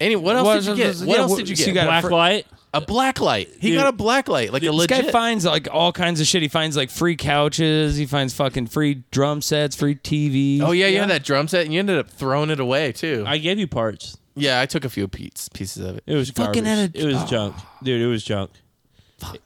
Any what else What did you was- get? was- what yeah, else what- did you so get? you got- Black fr- light. a black light. He Dude. got a black light, like a This legit. guy finds like all kinds of shit. He finds like free couches. He finds fucking free drum sets, free TVs. oh yeah, you had that drum set, and you ended up throwing it away too. I gave you parts. yeah, I took a few pieces pieces of it. It was Fucking garbage. had a- oh. it was junk, dude. It was junk.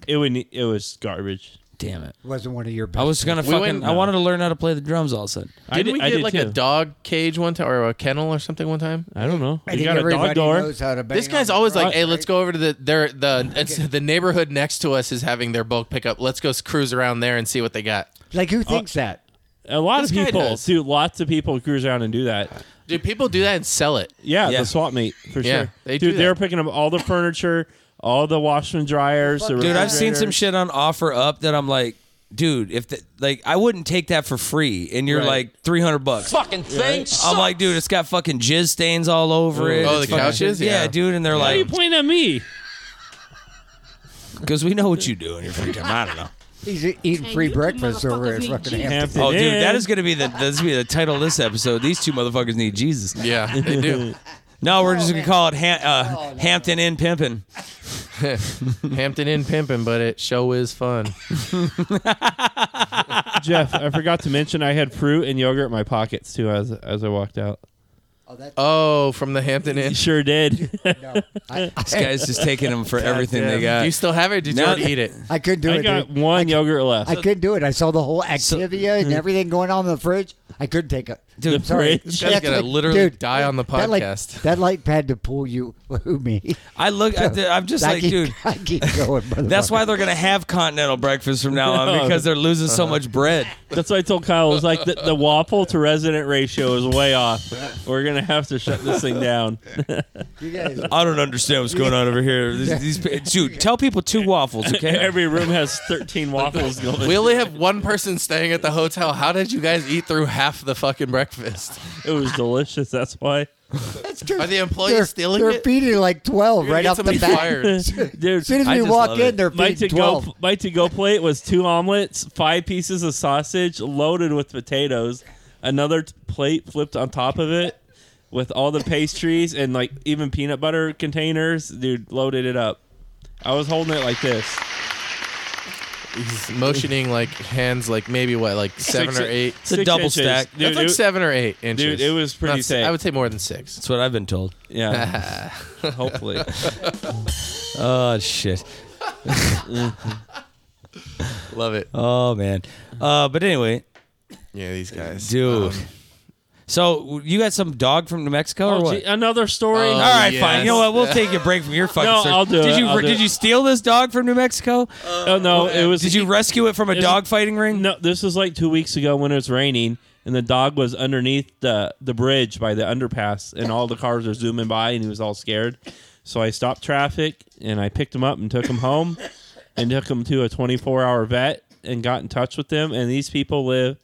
It, would. It was garbage. Damn it. wasn't one of your best. I was gonna We fucking. went- I wanted to learn how to play the drums all of a sudden. I Didn't did, we I get did like a too. dog cage one time, or a kennel or something one time? I don't know. I you think got a everybody dog door. knows how to bang Uh, This guy's on the always like, drum, "Hey, right? let's go over to the their the it's, the neighborhood next to us is having their bulk pickup. Let's go cruise around there and see what they got." Like, Uh, who thinks that? A lot This of guy people does. do. Lots of people cruise around and do that. Dude, people do that and sell it. Yeah, Yeah. the swap meet for Yeah, sure. they dude, do they that. were picking up all the furniture, all the washer and dryers. the Dude, I've seen some refrigerators. shit on offer up that I'm like, dude, if the, like I wouldn't take that for free, and you're Right. like 300 bucks. Fucking thing. sucks. I'm like, dude, it's got fucking jizz stains all over it. Oh, It's the fucking- couches? Yeah. Yeah. dude, and they're Why are you like, pointing at me? because we know what you do in your free time. I don't know. He's e- eating free breakfast over at fucking Hampton. Hampton Oh, dude, Inn. that is gonna be the that's gonna be the title of this episode. These two motherfuckers need Jesus. Yeah, they do. No, we're just gonna call it Ham- uh, Hampton Inn Pimpin'. Hampton Inn pimping, but it show is fun. Jeff, I forgot to mention I had fruit and yogurt in my pockets too as as I walked out. Oh, that's Oh, from the Hampton Inn. You sure did. no. I, This guy's just taking them for everything they Yeah. got. Do you still have it? Or did you No. already eat it? I couldn't do I it. got dude. one yogurt left. I couldn't do it. I saw the whole Activia and everything going on in the fridge. I couldn't take it. Dude, The Sorry. fridge. guy's That's gonna like- literally dude, die on the That like, podcast. that like pad to pull you, blew me. I look. I, I'm just I like, keep, dude. I keep going. That's motherfucker. why they're gonna have continental breakfast from now on because they're losing so Uh-huh. much bread. That's what I told Kyle. It was like the, the waffle to resident ratio is way off. We're gonna have to shut this thing down. You guys, I don't understand what's going on over here. These, these, dude, tell people two waffles, okay? Every room has thirteen waffles going. We only have one person staying at the hotel. How did you guys eat through half the fucking breakfast? It was delicious. That's why, Are the employees they're, stealing they're it? feeding like 12 right off the bat. dude. As soon as I we just walk love in, it. they're My feeding to go, 12. my to go plate was two omelets, five pieces of sausage loaded with potatoes, another t- plate flipped on top of it with all the pastries and like even peanut butter containers. Dude, loaded it up. I was holding it like this. He's motioning like hands, like maybe what, like seven Six- or eight? a six double inches. stack. Dude, That's like it- seven or eight inches. it was pretty Not s- thick. I would say more than six. That's what I've been told. yeah. Hopefully. Oh shit. Love it. Oh man. Uh, but anyway, Yeah, these guys. Um, dude. So you got some dog from New Mexico or Oh, what? gee, another story. Oh, All right, yes. fine. You know what? We'll take a break from your fucking. No, search. I'll do did it. You, I'll do did it. you steal this dog from New Mexico? oh no, it was. did you rescue it from a Is- dog fighting ring? No, this was like two weeks ago when it was raining, and the dog was underneath the the bridge by the underpass, and all the cars were zooming by, and he was all scared. So I stopped traffic, and I picked him up and took him home, and took him to a 24 hour vet, and got in touch with them. And these people live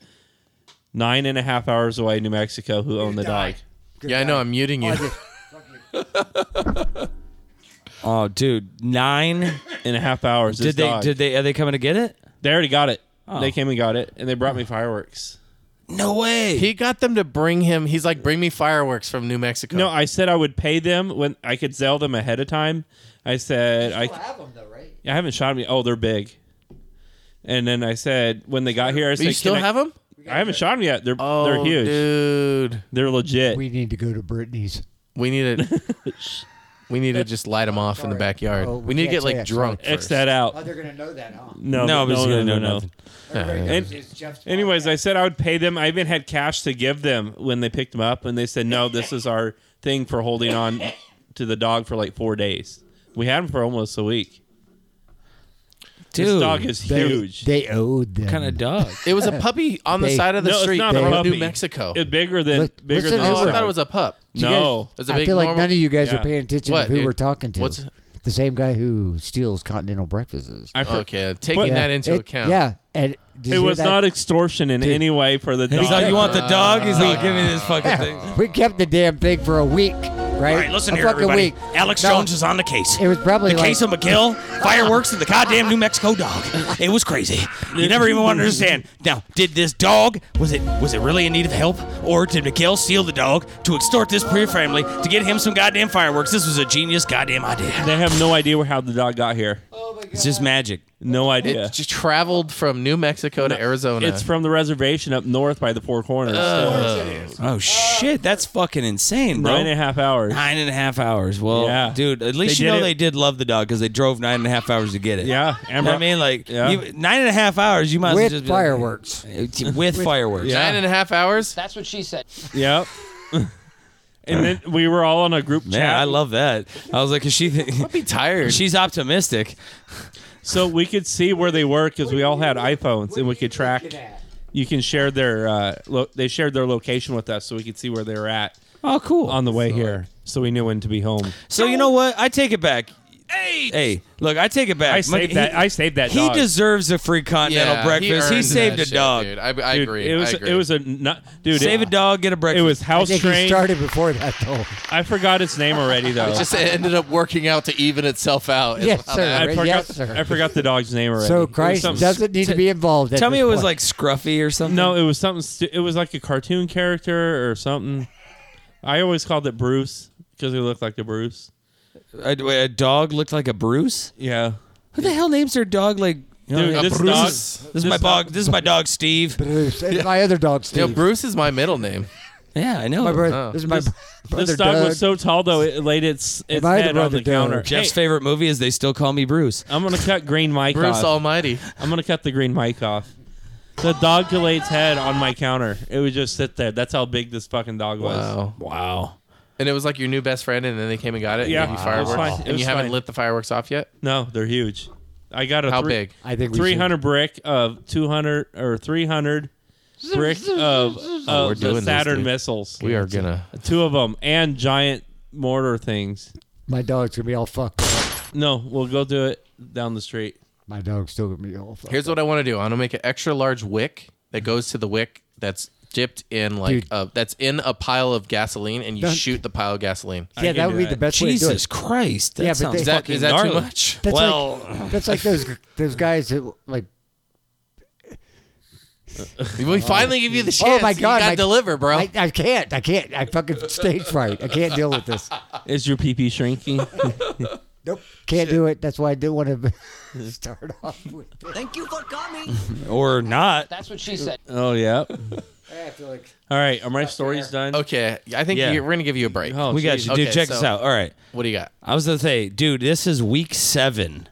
nine and a half hours away, in New Mexico, who own the dog. Yeah, I know. I'm muting you. Oh, dude, nine. And a half hours. did they? Did they? Are they coming to get it? They already got it. They came and got it, and they brought me fireworks. No way. He got them to bring him. He's like, bring me fireworks from New Mexico. Oh, No, I said I would pay them when I could sell them ahead of time. I said I, have them though, right? I haven't shot them. Yet. Oh, they're big. And then I said when they got here, I But said you still "Can I, have them? I haven't shot them yet. They're Oh, they're huge. dude. They're legit. We need to go to Brittany's. We need to. we need to just light them off in the Sorry. backyard. Oh, we need to yeah, get like sorry, drunk. X first. that out. Oh, they're gonna know that, huh? No, no, no, but he's no, gonna no, know no, nothing. Everybody knows And- it's Jeff's Anyways, I said I would pay them. I even had cash to give them when they picked them up, and they said no. This is our thing for holding on to the dog for like four days. We had him for almost a week. Dude, this dog is they, huge. They owed them. kind of dog. It was a puppy on the They- side of the no, street it's not a from puppy. New Mexico. It's bigger than Look, bigger listen to than. this oh, I this. dog. thought it was a pup. you no. It's a I big feel like normal- none of you guys Yeah. are paying attention What, to who dude? we're talking to. What's- the same guy who steals continental breakfasts. I for- Okay, taking But- Yeah. that into It- account. Yeah, and It was not extortion in any way for the dog. He's like, you want the dog? He's like, give me this fucking thing. we kept the damn thing for a week, right? All right, listen a here, fucking everybody. week. Alex No, Jones is on the case. It was probably the like case of McGill, fireworks, and the goddamn New Mexico dog. It was crazy. You never even want to understand. Now, did this dog was it was it really in need of help, or did McGill steal the dog to extort this poor family to get him some goddamn fireworks? This was a genius goddamn idea. They have no idea how the dog got here. It's just magic. No It idea. just traveled from New Mexico to Arizona. It's from the reservation up north by the Four Corners. Oh shit, that's fucking insane, So, bro. nine and a half hours. Nine and a half hours. Well, Yeah. dude, at least They you did know it- they did love the dog because they drove nine and a half hours to get it. Yeah, You know Amber. what I mean, like Yeah. you, nine and a half hours, you might as well with just be like- fireworks. with, fireworks. nine and a half hours. That's what she said. Yep. and then we were all on a group Man, chat. I love that. I was like, is she? I'd be tired. she's optimistic. so we could see where they were because we all had iPhones and we could track. You can share their. Uh, lo- they shared their location with us so we could see where they were at Oh, cool. on the way here. So we knew when to be home. so you know what? I take it back. Hey, hey, look, I take it back. I saved He- that. I saved that. He dog. deserves a free continental Yeah, breakfast. He, earned saved that a shit, dog. Dude. I, I Dude, agree. It was. I agree. It was a nut. Dude, Save it, a dog, get a It breakfast. was I house think he trained. started before that though. I forgot its name already though. It just ended up working out to even itself out. Yes, Wow, sir. I that- forgot, Yes, sir. I forgot the dog's name already. It So was Christ something- doesn't need to be involved. at Tell me this it was point. like Scruffy or something. No, it was something. Stu- it was like a cartoon character or something. I always called it Bruce because it looked like the Bruce. a, a dog looked like a Bruce. Yeah. Who the hell names their dog like? you know, Dude, like a this Bruce? dog. This is my dog. This is my dog Steve. Bruce. And my other dog You know, Steve. Bruce is my middle name. Yeah, I know. my brother. Oh. This is my This- brother. this dog Doug. was so tall though it laid its its I had a head on brother the counter. Doug. Jeff's Hey, favorite movie is They Still Call Me Bruce. I'm gonna cut green mic Bruce off. Almighty. I'm gonna cut the green mic off. The dogulate's head on my counter. It would just sit there. That's how big this fucking dog was. Wow. Wow. And it was like your new best friend, and then they came and got it. Yeah, and gave you it was fireworks. fine. It And was you haven't fine. lit the fireworks off yet. No, they're huge. I got a How three- big? I think we should- 300 brick of 200 or 300 brick of, we're of doing the this, Saturn dude. missiles. We are gonna. Two of them and giant mortar things. My dog's gonna be all fucked up. No, we'll go do it down the street. My dog's still gonna be all fucked. Here's what I want to do. I want to make an extra large wick that goes to the wick that's dipped in like Dude. a, that's in a pile of gasoline, and you Don't- shoot the pile of gasoline. up. yeah, can that would do be that. the best way to do Jesus it. Christ. That Yeah, but sounds they- Is that- fucking is that too gnarly. much? That's well, like that's like those those guys that like. We finally give you the Oh chance. my god! you got my- to deliver, bro. I, I can't. I can't. I fucking stage fright. I can't deal with this. Is your pee pee shrinking? Nope. Can't do it. That's why I didn't want to start off with. It. Thank you for coming. or not. That's what she said. oh, yeah. Oh, I feel like All right. Are my stories done? okay, I think Yeah. you- we're gonna give you a break. Oh, We got jeez. you. Dude, Okay, check this so- out. All right. What do you got? I was gonna say, dude, this is week seven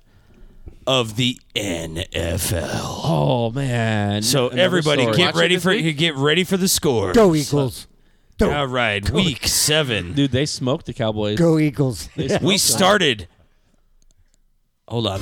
of the NFL. Oh, man. So Another everybody, story. get Watch it ready this for week? get ready for the score. go Eagles. All right, week seven. Dude, they smoked the Cowboys. Go Eagles. We started. Hold on.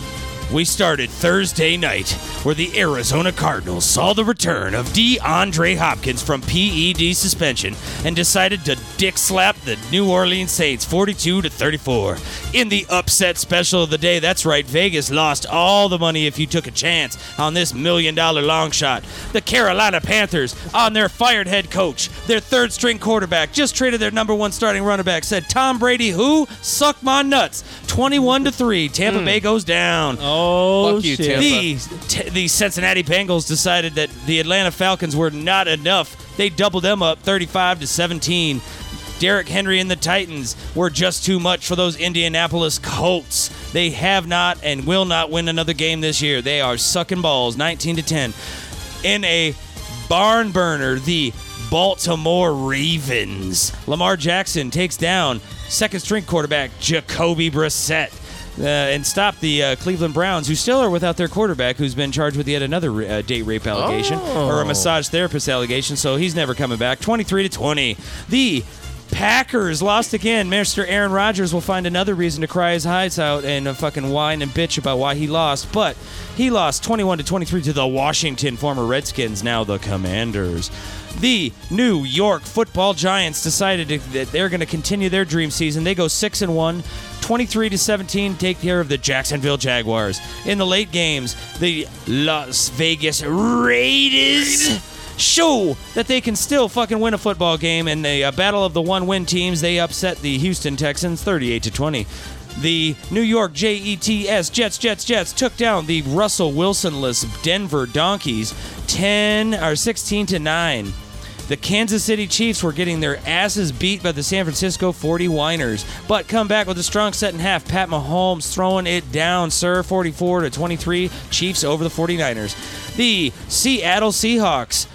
We started Thursday night, where the Arizona Cardinals saw the return of DeAndre Hopkins from PED suspension and decided to dick slap the New Orleans Saints 42 to 34 in the upset special of the day. That's right, Vegas lost all the money if you took a chance on this million dollar long shot. The Carolina Panthers on their fired head coach, their third string quarterback, just traded their number one starting running back. Said Tom Brady, who suck my nuts, 21 to three. Tampa Bay goes down. Oh, Fuck you, shit. Tim. The, t- the Cincinnati Bengals decided that the Atlanta Falcons were not enough. They doubled them up 35 to 17. Derrick Henry and the Titans were just too much for those Indianapolis Colts. They have not and will not win another game this year. They are sucking balls 19 to 10. In a barn burner, the Baltimore Ravens. Lamar Jackson takes down second string quarterback Jacoby Brissett uh, and stop the uh, Cleveland Browns, who still are without their quarterback, who's been charged with yet another uh, date rape allegation or a massage therapist allegation. So he's never coming back. Twenty-three to twenty. The Packers lost again. Mr. Aaron Rodgers will find another reason to cry his eyes out and uh, fucking whine and bitch about why he lost, but he lost 21 to 23 to the Washington former Redskins, now the Commanders. The New York Football Giants decided to, that they're going to continue their dream season. They go 6 and 1, 23 to 17 take care of the Jacksonville Jaguars. In the late games, the Las Vegas Raiders show that they can still fucking win a football game in the uh, battle of the one-win teams. They upset the Houston Texans 38 to 20. The New York Jets Jets Jets Jets took down the Russell Wilsonless Denver Donkeys 10 or 16 to 9. The Kansas City Chiefs were getting their asses beat by the San Francisco 40 Winers, but come back with a strong set and half. Pat Mahomes throwing it down, sir, 44 to 23. Chiefs over the 49ers. The Seattle Seahawks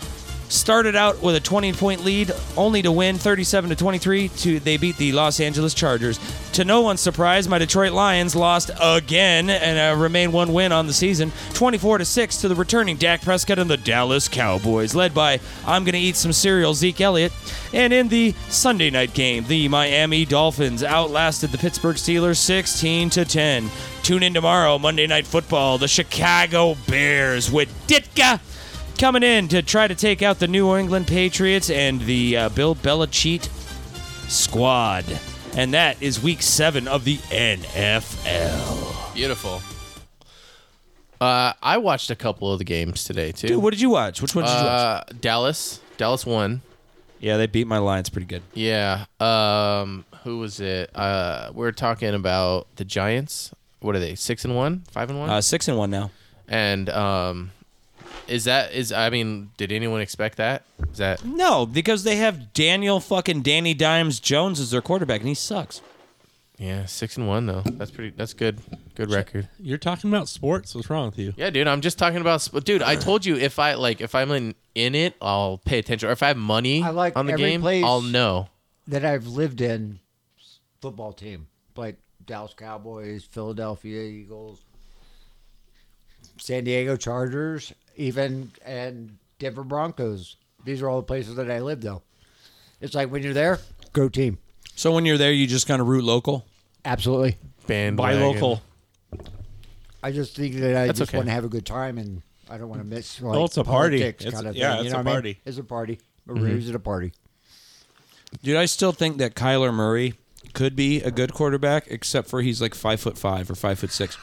started out with a 20 point lead only to win 37 to 23 to they beat the Los Angeles Chargers. To no one's surprise, my Detroit Lions lost again and uh, remain one win on the season, 24 to 6 to the returning Dak Prescott and the Dallas Cowboys led by I'm going to eat some cereal Zeke Elliott. And in the Sunday night game, the Miami Dolphins outlasted the Pittsburgh Steelers 16 to 10. Tune in tomorrow, Monday Night Football, the Chicago Bears with Ditka coming in to try to take out the New England Patriots and the uh, Bill Belichick squad. And that is week seven of the NFL. Beautiful. Uh, I watched a couple of the games today too. Dude, what did you watch? Which one did you watch? uh, Dallas. Dallas won. Yeah, they beat my Lions pretty good. Yeah. Um, who was it? Uh, we we're talking about the Giants. What are they? Six and one, five and one, Uh, six and one now. and um, is that is I mean, did anyone expect that? Is that No, because they have Daniel fucking Danny Dimes Jones as their quarterback, and he sucks. yeah, six and one though. That's pretty. That's good. Good record. You're talking about sports. What's wrong with you? Yeah, dude. I'm just talking about. sp- Dude, I told you if I like if I'm in in it, I'll pay attention. Or if I have money I like on the every game, place. I'll know. that I've lived in football team, like Dallas Cowboys, Philadelphia Eagles, San Diego Chargers. even and Denver Broncos. These are all the places that I lived though. It's like when you're there, go team. So when you're there, you just kind of root local, Absolutely. buy Bandwagon. local. I just think that I That's just okay. want to have a good time and I don't want to miss like it's a party. politics It's- kind of thing. yeah, it's you a know what I mean? party. It's a party. A Mm-hmm. ruse at a party. Dude, I still think that Kyler Murray could be a good quarterback, except for he's like five foot five or five foot six.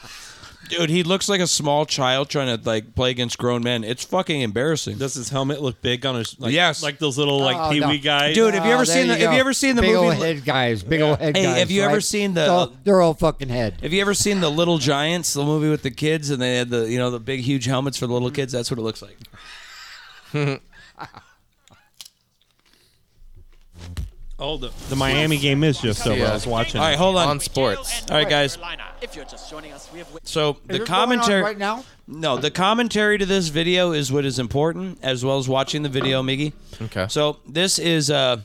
Dude, he looks like a small child trying to like play against grown men. It's fucking embarrassing. Does his helmet look big on his? Like, Yes. like those little like Oh, pee wee no. guys. Dude, have you ever Oh, there seen the- have go. you ever seen the big movie old Li- head guys? Big old head Hey, guys. have you ever right? seen the- It's all- They're all fucking head. Have you ever seen the Little Giants, the movie with the kids, and they had the you know the big huge helmets for the little kids? That's what it looks like. oh, the, the Miami game is just over. Yeah. I was watching. All right, hold on. On sports. All right, guys. If you're just joining us, we have witnessed So Is the it going on commentary right now. No, the commentary to this video is what is important, as well as watching the video, Miggy. Okay. So this is uh,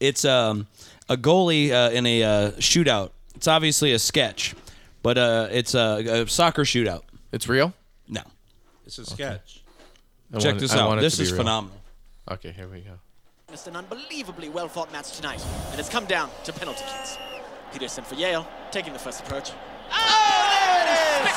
it's um, a goalie uh, in a uh, shootout. It's obviously a sketch, but uh, it's a, a soccer shootout. It's real. No, It's a sketch. I check want- this I out. want it This to be is real. phenomenal. Okay, here we go. an unbelievably well fought match tonight, and it's come down to penalty kicks. Peterson for Yale, taking the first approach.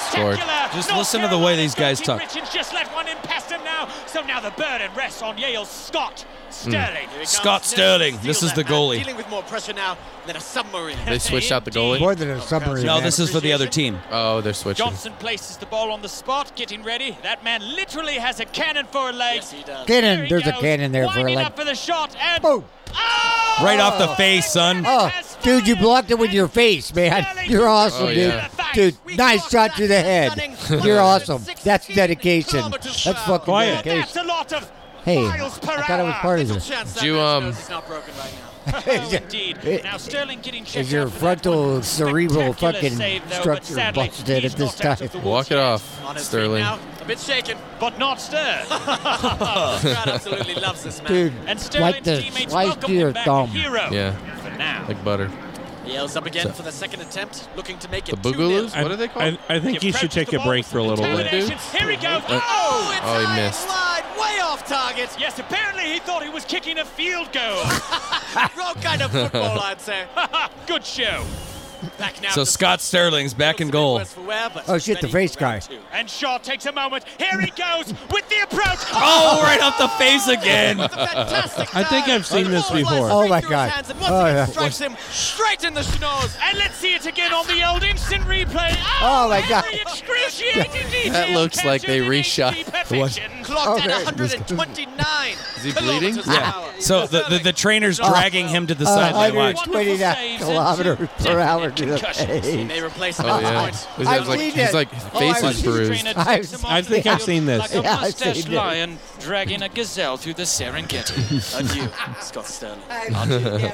Scored. Just listen to the way these guys talk. Richards just left one in past him now, so now the burden rests on Yale's Scott Sterling. Here he comes. Hmm. Scott Nelson Sterling, steals this is that the man, goalie. Dealing with more pressure now than a submarine. They switched out the goalie. More than a submarine. No, man. this is for the other team. Oh, they're switching. Johnson places the ball on the spot, getting ready. That man literally has a cannon for a leg. Yes, he does. Here cannon. he There's a goes, cannon there for a winding leg. up for the shot and Boom. Oh! Right off the face, son. Oh, dude, you blocked it with your face, man. You're awesome, Oh, dude. yeah. Dude, nice shot to the head. You're awesome. That's dedication. That's fucking Quiet. That's dedication. a lot of Hey, I miles per thought I was hour. part of this. Chance that Do you, man's um, nose is not broken right now. Oh, indeed. It- now Sterling getting checked Is your out for that one. frontal cerebral Spectacular fucking save, though, but structure sadly, busted he's at this not out time? of the woods Walk it yet. off, On his Sterling. feet now, a bit shaken. But not Stir. Brad absolutely loves this man. Dude, And Sterling's like the teammates slice welcomed to him your back thumb. a hero. Yeah. For now. Like butter. Yale's up again for the second attempt, looking to make it The 2-0. Boogaloos? What are they called? I, I think you should take a break for a little bit. bit. Here he goes. Oh, Oh! it's Oh, he high missed. and wide, way off target. Yes, apparently he thought he was kicking a field goal. Wrong kind of football, I'd say. Good show. Back now. So to- Scott Sterling's back in goal. Looks a bit worse for wear, but Oh, shit, the ready face for round guy. two. And Shaw takes a moment. Here he goes with the approach. Oh, Oh, right off the face again. It's a fantastic I think dive. I've seen The this ball flies before. straight Oh, my through his God. hands and once Oh, again yeah. strikes him straight in the schnoz. And let's see it again on the old instant replay. Oh, my God. every excruciating detail That looks like they captured in reshot. HD perfection. Clocked at Okay. 129. Is he bleeding? kilometers an Yeah. hour. So the, the, the trainer's dragging him to Uh, the sideline. Watch. 129 kilometers per hour to the He face. may replace Oh that yeah. point. He's, I've like, seen he's it. like Oh, face I've is seen it. bruised. I've- I think I've seen this. Like a Yeah, I've mustache seen it. lion dragging a gazelle through the Serengeti. Adieu, Scott Sterling. Uh,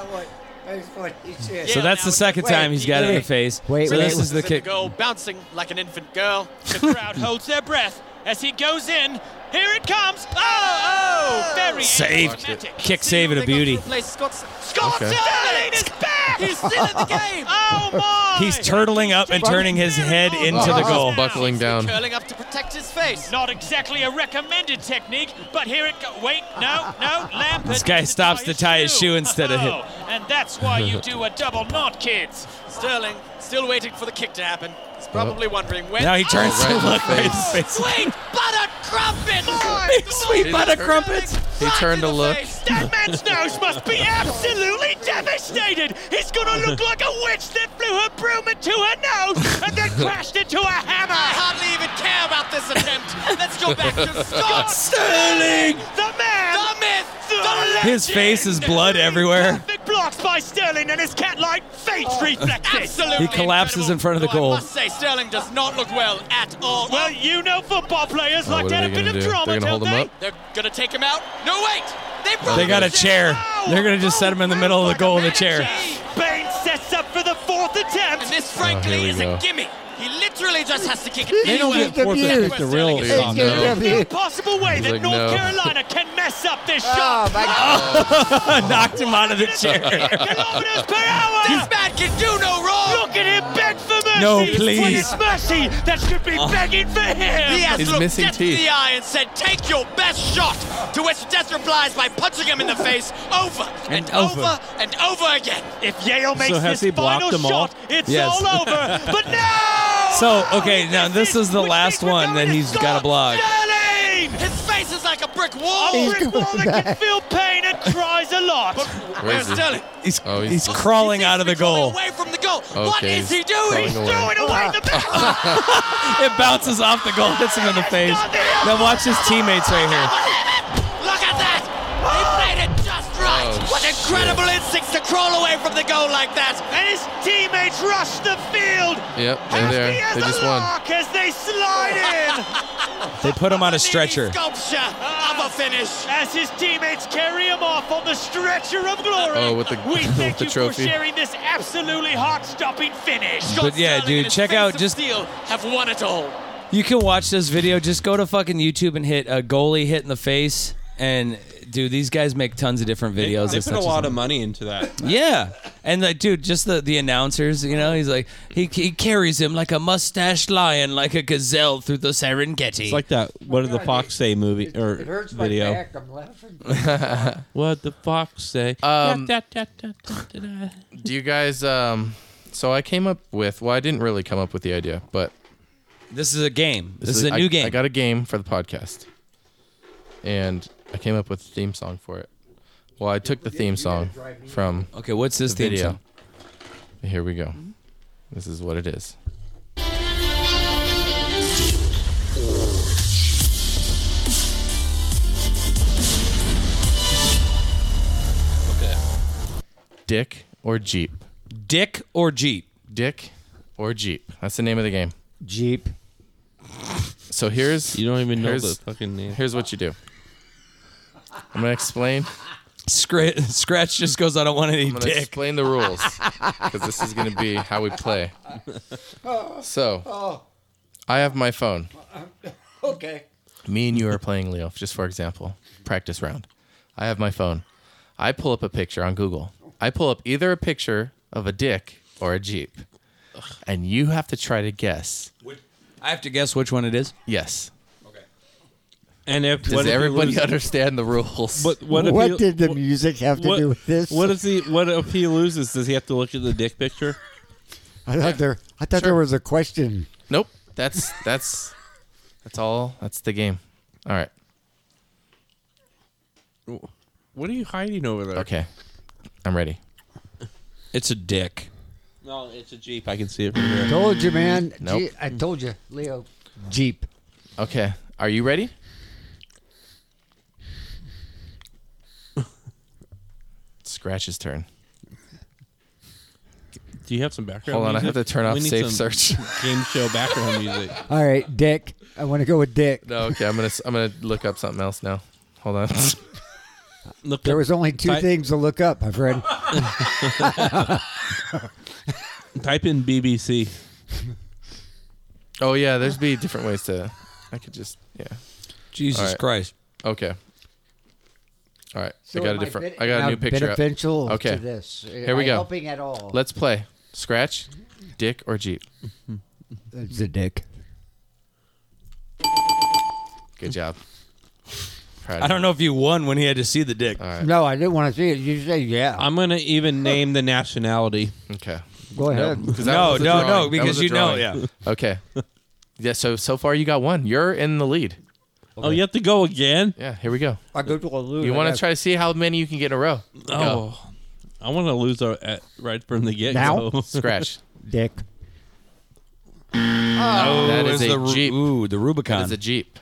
So that's the second time he's got it in the face. Wait, so wait, this wait. is the kick. goal, bouncing like an infant girl. the crowd holds their breath as he goes in. Here it comes. Oh, oh, very Saved. anticlimactic. Kick save it a beauty. Replace Scott. Sterling Scott Okay. Sterling is back. He's still in the game. oh my! He's turtling up and turning his head into the goal. Oh, Buckling down. Curling up to protect his face. Not exactly a recommended technique, but here it go. Wait, no, no, Lampard. This guy needs stops to tie his shoe instead of hit. Oh, And that's why you do a double knot, kids. Sterling still waiting for the kick to happen. He's probably wondering when. Now he turns to Oh, right in the look right in face. the face. Sweet butter crumpets. Big sweet butter crumpets. He turned to look. That man's nose must be absolutely devastated. He's gonna look like a witch that flew her broom into her nose and then crashed into a I hammer. hardly even care about this attempt. Let's go back to Scott. Sterling. The man. the myth. The legend. His face is blood everywhere. Big blocks by Sterling and his cat-like face reflected. Oh. Absolutely He collapses in front of the incredible. goal. Though I must say, Sterling does not look well at all. Well, you know football players Oh, like what to are have they a bit gonna of do? They're drama, gonna hold don't him they? up? They're gonna take him out. No wait, they brought They got a him down. chair. Oh. They're gonna just set him in the middle of the goal with a chair. Bain sets up for the fourth And attempt. this, frankly, Oh, here we is go. a gimme. He literally just has to kick it They don't anywhere. get fourth attempt. That's what The real Sterling is is doing. It's on there. gonna The be- impossible way that like, North no. Carolina can mess ass up this shop. Oh my god! Knocked him out of the chair. Kilometers per hour. This man can do no wrong. Look at him beg for mercy. No, When please. it's mercy that should be begging for him. Oh. He has He's looked missing death teeth. in the eye and said, "Take your best shot." To which Death replies by punching him in the face, over and, And over. over and over again. If Yale makes has he this blocked final them all? shot, it's Yes. all over. But no! So, okay, now It's this is the which last means we're one going that to he's gotta Scott block. Sterling! His face is like a brick wall. A brick wall that can feel pain and tries a lot. Where's he? Sterling? He's, Oh, he's- he's crawling He seems out of to the be crawling goal. Away from the goal. what Okay, is he he's doing? crawling He's away. throwing away the ball. It bounces off the goal, hits him in the face. Now watch his teammates right here. Look at that. He played it just right. Oh, what incredible instincts to crawl away from the goal like that. And his teammates rush the field. Yep, they're Happy there. as They a just won. lark as they slide in. They put him on a stretcher. Sculpture of a finish. As his teammates carry him off on the stretcher of glory. Oh, with the- we with thank the you trophy. for sharing this absolutely heart-stopping finish. Scott yeah, Sterling dude, and his check face out of just- steel have won it all. You can watch this video. Just go to fucking YouTube and hit a goalie hit in the face. And dude, these guys make tons of different They, videos. they It's put a such lot of money into that. Yeah, and like, dude, just the the announcers, you know, he's like he he carries him like a mustached lion, like a gazelle through the Serengeti. It's like that. What did the God, Fox it- say movie It, or it hurts my video? back. I'm laughing. What the Fox say? Um, Da, da, da, da, da, da. Do you guys? Um, so I came up with. Well, I didn't really come up with the idea, but this is a game. This, is a I- new game. I got a game for the podcast, and I came up with a theme song for it. Well, I took the theme song from okay, what's this the theme video. song? Here we go. This is what it is. Dick or Jeep? Dick or Jeep? Dick or Jeep? That's the name of the game. Jeep. So here's You don't even know Here's- the fucking name. here's what you do. I'm gonna explain. Scra- Scratch just goes. I don't want any I'm gonna dick. explain the rules because this is gonna be how we play. So, I have my phone. Okay. Me and you are playing Leo, just for example, practice round. I have my phone. I pull up a picture on Google. I pull up either a picture of a dick or a jeep, and you have to try to guess. I have to guess which one it is. Yes. And if Does what if you everybody lose- understand the rules? What, what, if What you- did the what- music have to what- do with this? What if he? What if he loses? Does he have to look at the dick picture? I thought there. I thought there was a question. Nope. That's that's that's all. That's the game. All right. What are you hiding over there? Okay. I'm ready. It's a dick. No, it's a jeep. I can see it from here. Told you, man. Nope. Gee, I told you, Leo. Jeep. Okay. Are you ready? Scratch's turn. Do you have some background? Hold on, I music? have to turn off We need safe some search. Game show background music. All right, Dick. I want to go with Dick. No, okay. I'm gonna s- I'm gonna look up something else now. Hold on. Look There up was only two Ty- things to look up, my friend. Type in BBC. Oh yeah, there's be different ways to. I could just yeah. Jesus All right. Christ. Okay. All right. So I got a am different. ben- I got am a new picture. up. Beneficial Okay. to this. Here we go. Helping at all. Let's play. Scratch, Dick or Jeep. That's a dick. Good job. Proud I of don't know if you won when he had to see the dick. No, I didn't want to see it. You say yeah. Uh, I'm gonna even name the nationality. you. Okay. go ahead. 'Cause that No, was a no, drawing. no, That was because a you know, drawing. yeah. Okay. Yeah. So so far you got one. You're in the lead. Oh, you have to go again. Yeah. Here we go. I go to a loo. You I want got- to try to see how many you can get in a row? Go. Oh, I want to lose our, at, right from the get Now? go. Scratch. dick? that It is was a the Ru- Jeep. Ooh, the Rubicon. That is a Jeep.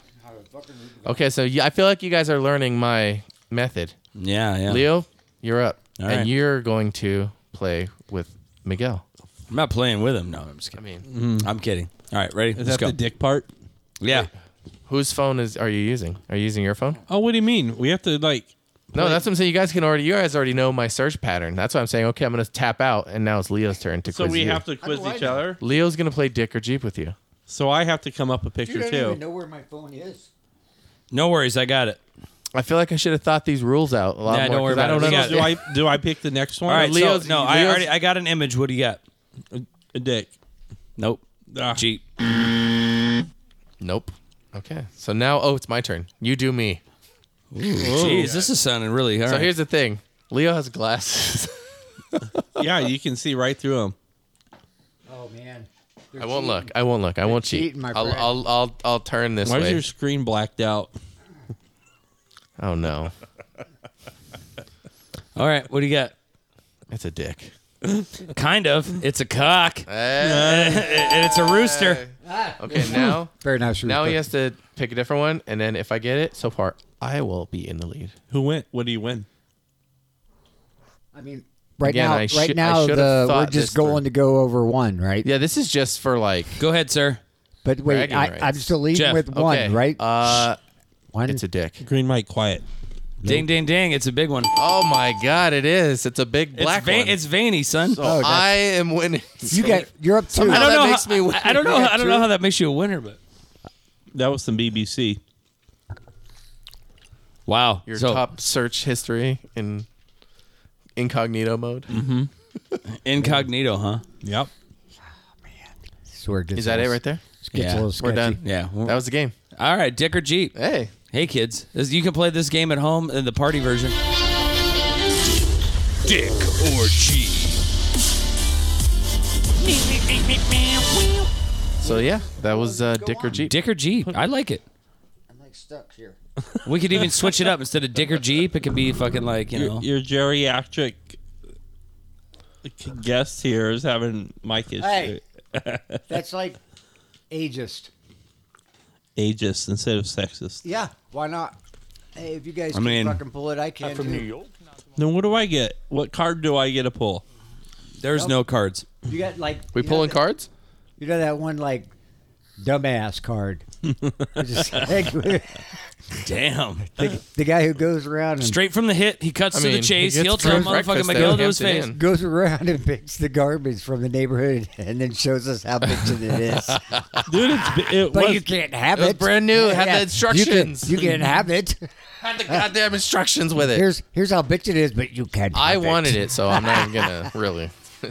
Okay. So yeah, I feel like you guys are learning my method. yeah, yeah. Leo, you're up, All and right. you're going to play with Miguel. I'm not playing with him. No, I'm just I kidding. Mm-hmm. mean, I'm kidding. All right, ready? Is Let's that go. the dick part? yeah. whose phone is are you using? Are you using your phone? Oh, what do you mean? We have to like. No, that's what I'm saying. You guys can already, you guys already know my search pattern. That's why I'm saying, okay, I'm gonna tap out, and now it's Leo's turn to So quiz we you. have to quiz do I each know? other. Leo's gonna play Dick or Jeep with you. So I have to come up a picture too. know where my phone is. No worries, I got it. I feel like I should have thought these rules out a lot Nah, more. don't worry 'cause about it. I We don't got know. it. do I do I pick the next one? All right, Leo's, so no, I already I got an image. What do you got? a dick. Nope. Ah. Jeep. Nope. Okay. So now, oh, it's my turn. You do me. Jeez, this is sounding really hard. So here's the thing. Leo has glasses. Ah. Yeah, you can see right through him. Oh man. I won't look. I won't look. I won't cheat. cheating, my I'll, friend. I'll, I'll, I'll turn this Why way. is your screen blacked out? Oh no, All right, what do you got? it's a dick. Kind of. It's a cock. Eh. and it's a rooster. okay, now Very nice. now Rooster. he has to pick a different one, and then if I get it, so far I will be in the lead. Who went? What do you win? I mean, right Again, now, I shou- I right now, should've the we're thought this just through. going to go over one, right? Yeah, this is just for like. Go ahead, sir. But wait, Bragging I, rights. I'm still leading Jeff, with one, okay, right? Uh, one. it's a dick. Green light, quiet. Ding, ding, ding. It's a big one. Oh my god, it is. It's a big black it's, vein- one. it's veiny, son. oh, that's- I am winning. you got you're up two. I don't that know. makes how, me I- win. I don't know. Yeah, I don't true. know how that makes you a winner, but That was some BBC. wow. your so top search history in incognito mode. Mm-hmm. incognito, huh? Yep. Swear it gets Is that it a little- right there? Gets Yeah. a little We're sketchy. done. Yeah. That was the game. All right, Dick or Jeep. Hey, Hey, kids, this, you can play this game at home in the party version. Dick or G? so yeah, that was uh, Dick or Jeep. Dick or Jeep. I like it. I'm like stuck here. We could even switch it up instead of Dick or Jeep. It could be fucking like you know. Your geriatric guest here is having mic issue. Hey. That's like ageist. Ageist instead of sexist. Yeah, why not? Hey, if you guys I can mean- fucking pull it, I can. too. Then what do I get? What card do I get to pull? There's no cards. You got like We you know pulling that- cards? You know that one like dumbass card. Just like- Damn. the, the guy who goes around and Straight from the hit, he cuts I to mean, the he chase. gets He will tell breakfast motherfucking there McGill in to his Hampton face. Inn. goes around and picks the garbage from the neighborhood and then shows us how bitchin it is. Dude, it's, it But was you can't have It was it. brand new. It had the You can- instructions. You can, not have it. Had the goddamn instructions with it. Here's here's how bitch it is, but you can't. I have wanted it, so I'm not even gonna really.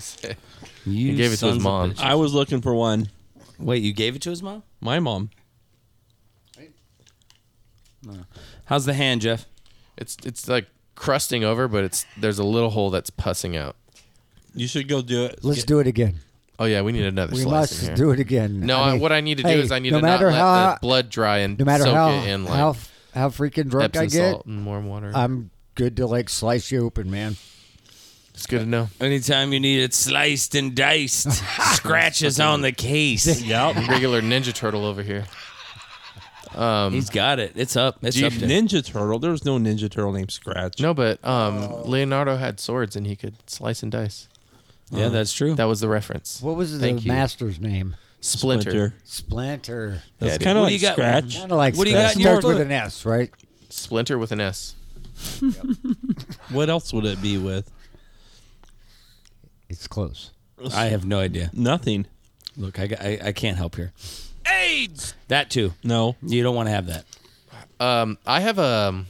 You gave it to his sons of mom. bitches. I was looking for one. Wait, you gave it to his mom? My mom. How's the hand, Jeff? It's it's like crusting over, but it's there's a little hole that's pussing out. You should go do it. Let's do it again. Oh yeah, we need another We slice in must here. do it again. No, I mean, what I need to do hey, is I need no to not matter let how, the blood dry and no matter soak how it in like how how freaking drunk Epsom I get, salt and warm water. I'm good to like slice you open, man. it's good to know. Anytime you need it sliced and diced, scratches on the case. Yep. Regular Ninja Turtle over here. He's got it. It's up. It's up there. Ninja Turtle. There was no Ninja Turtle named Scratch. No, but um, Leonardo had swords and he could slice and dice. Yeah, that's true. That was the reference. What was the Thank you. master's name? Splinter. Splinter. Splinter. That's Yeah, dude. kind of What do like you got? Scratch. Kind of like What do you Splinter. got in your Starts with book? an S, right? Splinter with an S. What else would it be with? It's close. I have no idea. Nothing. Look, I, I, I can't help here. AIDS! That too. No. You don't want to have that. Um, I have a,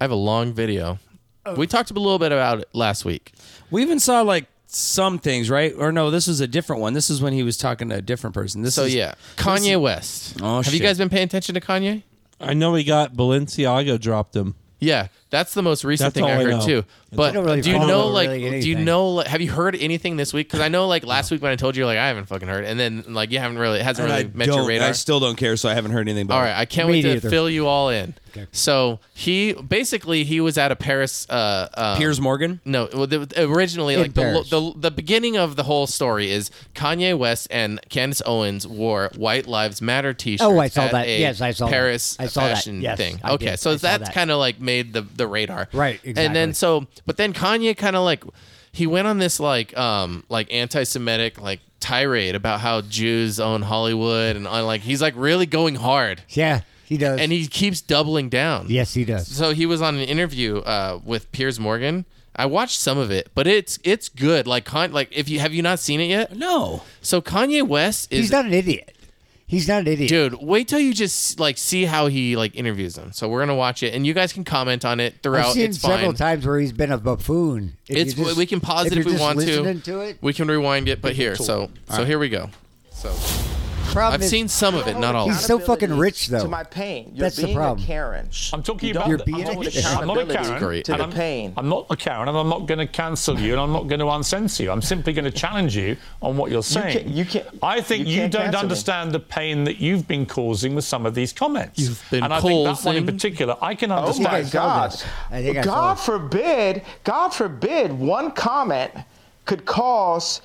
I have a long video. We talked a little bit about it last week. We even saw like some things, right? Or no, this was a different one. This is when he was talking to a different person. This So is, yeah, Kanye West. Oh, have shit. you guys been paying attention to Kanye? I know he got Balenciaga dropped him. Yeah, that's the most recent That's thing all I I heard know. too. But don't really do you follow know, like, really do you anything. know, like, have you heard anything this week? Because I know, like, last week when I told you, like, I haven't fucking heard, and then like you haven't really, it hasn't really met your radar. I still don't care, so I haven't heard anything about All right, I can't Me wait to neither. fill you all in. So he basically he was at a Paris. Uh, um, Piers Morgan? No, well, the, originally, like the, lo- Paris. the the beginning of the whole story is Kanye West and Candace Owens wore White Lives Matter T-shirts. Oh, I saw at that. a Yes, I saw that. Paris I saw that. fashion Yes, thing. I okay, did. so I saw that's that. kind of like made the the radar. Right, And then so, exactly. but then Kanye kind of like he went on this like um like anti-Semitic like tirade about how Jews own Hollywood and on like he's like really going hard Yeah, he does. and he keeps doubling down. yes, he does. So he was on an interview uh, with Piers Morgan. I watched some of it, but it's it's good. Like, Con- like if you have you not seen it yet? No. So Kanye West is He's not an idiot. He's not an idiot. Dude, wait till you just like see how he like interviews them. So we're gonna watch it, and you guys can comment on it throughout. I've seen it's several fine. times where he's been a buffoon. If It's you just- we can pause if it if you're we just want listening to it. We can rewind it, but here, so so here we go. So Problem I've is, seen some of it, not all. He's of it. so fucking rich though. To my pain. You're That's the being problem. a Karen. I'm talking You about don't- You're the- being I'm not a Karen. a Karen. I'm not a Accountability Karen. to and the I'm, pain. I'm not a Karen, and I'm not going to cancel you, and I'm not going to uncense you. I'm simply going to challenge you on what you're saying. can't- you can't- I think you you, can't don't cancel me. understand the pain that you've been causing with some of these comments. You've been and I think that one in causing- particular, I can Oh my understand. saw God! this. I think I saw God it. forbid, God forbid, one comment could cause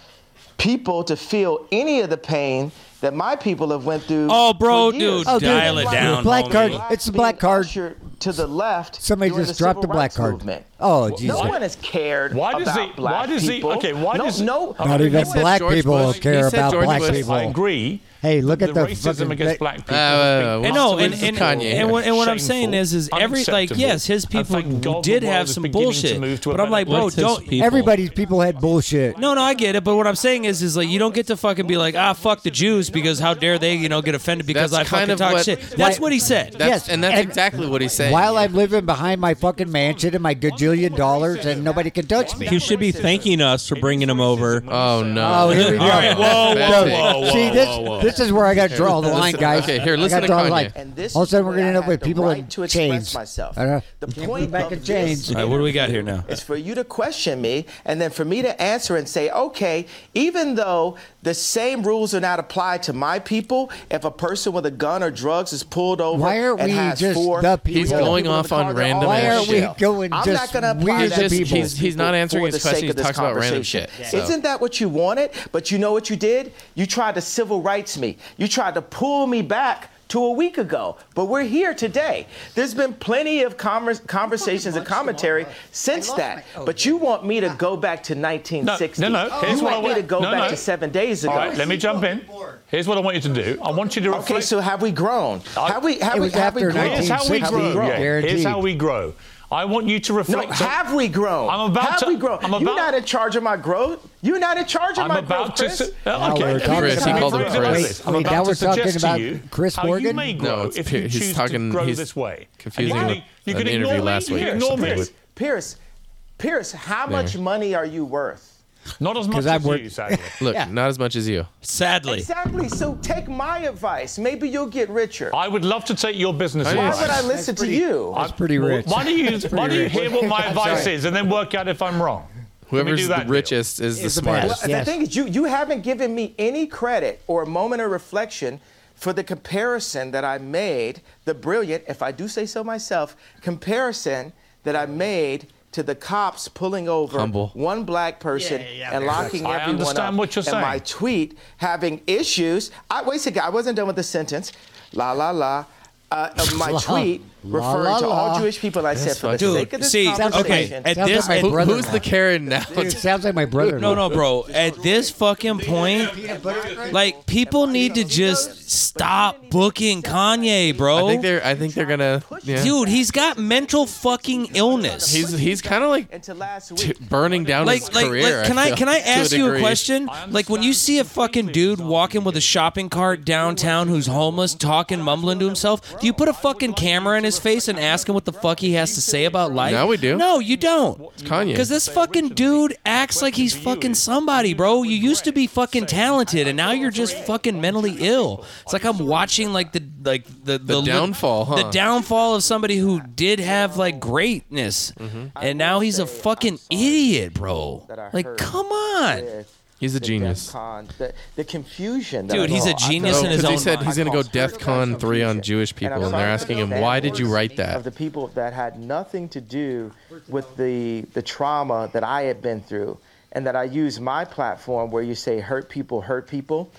people to feel any of the pain that my people have went through. Oh, bro, for years. dude, Oh, dude, dial It's it like down, black homie. card. It's a being black card. ushered To the left, Somebody during just the dropped civil a black rights card. Movement. Oh, Jesus. No one has cared Why does about he- black why does he- people. okay, why no, does- no? Oh, Not You even know what black George people Bush- he care said about George black Bush- people. I agree. Hey, look that at the, the racism fucking- against they- black people. Uh, has been wait, And no, and, Lots of and, Kanye here. and, what, and what I'm saying Shameful, is, is every like unacceptable, yes, his and people thank God did the world have is some beginning to bullship, move to a but I'm better like, bro, place. don't. Everybody's people had bullshit. No, no, I get it. But what I'm saying is, is like you don't get to fucking be like, ah, fuck the Jews because how dare they, you know, get offended because That's I kind fucking of talk what- shit. That's what he said. That's, Yes, and that's and- exactly what he's saying. While I'm living behind my fucking mansion and my gajillion dollars, and nobody can touch me. You should be thanking us for bringing him over. oh no! Oh, here we go. All right, whoa, So, whoa, whoa, whoa. See, this, this is where I got to draw the listen- line, guys. okay, here, I listen gotta to draw the Kanye. line. And this All of a is sudden, we're where going to I end up have with the people Uh, right in to express chains. myself. I don't know. The Can't point go back of in this chains. All right, what do we got here now? It's for you to question me and then for me to answer and say, okay, even though the same rules are not applied to my people, if a person with a gun or drugs is pulled over, Why aren't and we has just four, the people? He's going people in off the on car, they're all in random ass jail. Why are we going I'm not just gonna apply weird that to to these people? people. He's- he's not answering for his the question, sake he of this talks about random conversation. shit, so. Isn't that what you wanted? But you know what you did? You tried to civil rights me. You tried to pull me back. To a week ago, but we're here today. There's been plenty of convers- conversations and commentary since that, but you want me to go back to 1960. No, no, no. Here's you what I want me want- to go no, back no. to seven days ago. All right, let me jump in. Here's what I want you to do. I want you to reflect. Okay, so have we grown? Have we? Have It we? was Have we after grown? Here's how we 1960. grow. grown? Yeah. Here's Guaranteed. how we grow. I want you to No, reflect. on- have we grown? I'm about have to- we grown? I'm about- You're not in charge of my growth. You're not in charge of I'm my growth, about to. Chris. su- Now okay, we're let me talking phrase it about- like Wait, this. I'm wait, about now to we're talking suggest to about you Chris how You Morgan? may No, grow it's if Pier- you he's choose talking- to grow he's this way. confusing And it you can, you with an can interview ignore me, last you week can or Ignore something me. with- Pierce, Pierce, how much money are you worth? Not as much I've as you, worked- sadly. Look, not as much as you. Sadly, Exactly. So take my advice. Maybe you'll get richer. I would love to take your business. Why Why advice. would I listen to you? That's pretty rich. Why don't you why don't you rich. hear what my I'm advice sorry. is and then work out if I'm wrong? Let me Whoever's do the that deal. richest is the It's the best. smartest. Well, Yes. The thing is, you, you haven't given me any credit or a moment of reflection for the comparison that I made, the brilliant, if I do say so myself, comparison that I made to the cops pulling over Humble. one black person and locking I everyone understand up. what you're And my saying. tweet having issues. I, wait a second, I wasn't done with the sentence. La la la. Uh, of my La, tweet la, referring to la, all la. Jewish people. I said, for the fucking- sake of this see, okay, conversation, at Sounds this, at- like my Who, brother. who's the Karen now? Dude, it sounds like my brother. no, no, bro, at this fucking point, like people need to just stop booking Kanye, I bro. think they're. I think they're gonna. Yeah. Dude, he's got mental fucking illness. he's he's kind of like until last t- week. burning down like, his like, career. like, can I feel, can I to ask you a degree. question? Like, when you see a fucking dude walking with a shopping cart downtown who's homeless, talking, mumbling to himself, do you put a fucking camera in his face and ask him what the fuck he has to say about life? No, we do. No, you don't. Kanye. Because this fucking dude acts like he's fucking somebody, bro. You used to be fucking talented, and now you're just fucking mentally ill. It's like I'm watching like the like the the, lit- downfall, huh? The downfall of somebody who did have like greatness, Mm-hmm. and now he's a fucking idiot, bro. that I Like, heard come on. with He's a the genius. DEF CON, the, the confusion. that Dude, I he's a saw. I genius felt- in his because he own said mind. he's gonna go DEF CON three on Jewish I'm people, and sorry they're for asking the him bad why did you words write Of the that? people that had nothing to do with the the trauma that I had been through, and that I use my platform where you say hurt people, hurt people,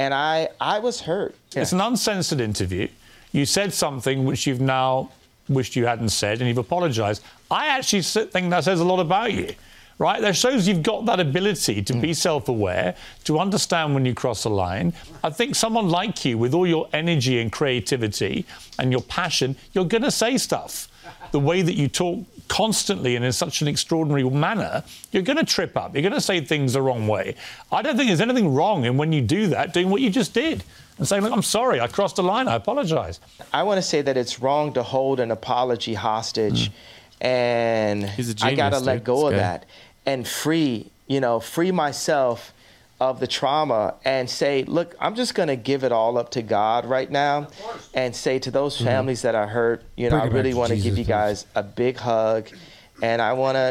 and I I was hurt. It's an uncensored interview. You said something which you've now wished you hadn't said, and you've apologised. I actually s- think that says a lot about you, right? That shows you've got that ability to Mm. be self-aware, to understand when you cross a line. I think someone like you, with all your energy and creativity and your passion, you're going to say stuff. The way that you talk constantly and in such an extraordinary manner, you're going to trip up. You're going to say things the wrong way. I don't think there's anything wrong in when you do that, doing what you just did. and saying, look, I'm sorry, I crossed the line, I apologize. I want to say that it's wrong to hold an apology hostage, and He's a I gotta genius, let dude. go This of guy. that and free, you know, free myself of the trauma and say, look, I'm just gonna give it all up to God right now, and say to those families that are hurt, you know, Bring I it back really to want to Jesus, give you please. guys a big hug, and I want to.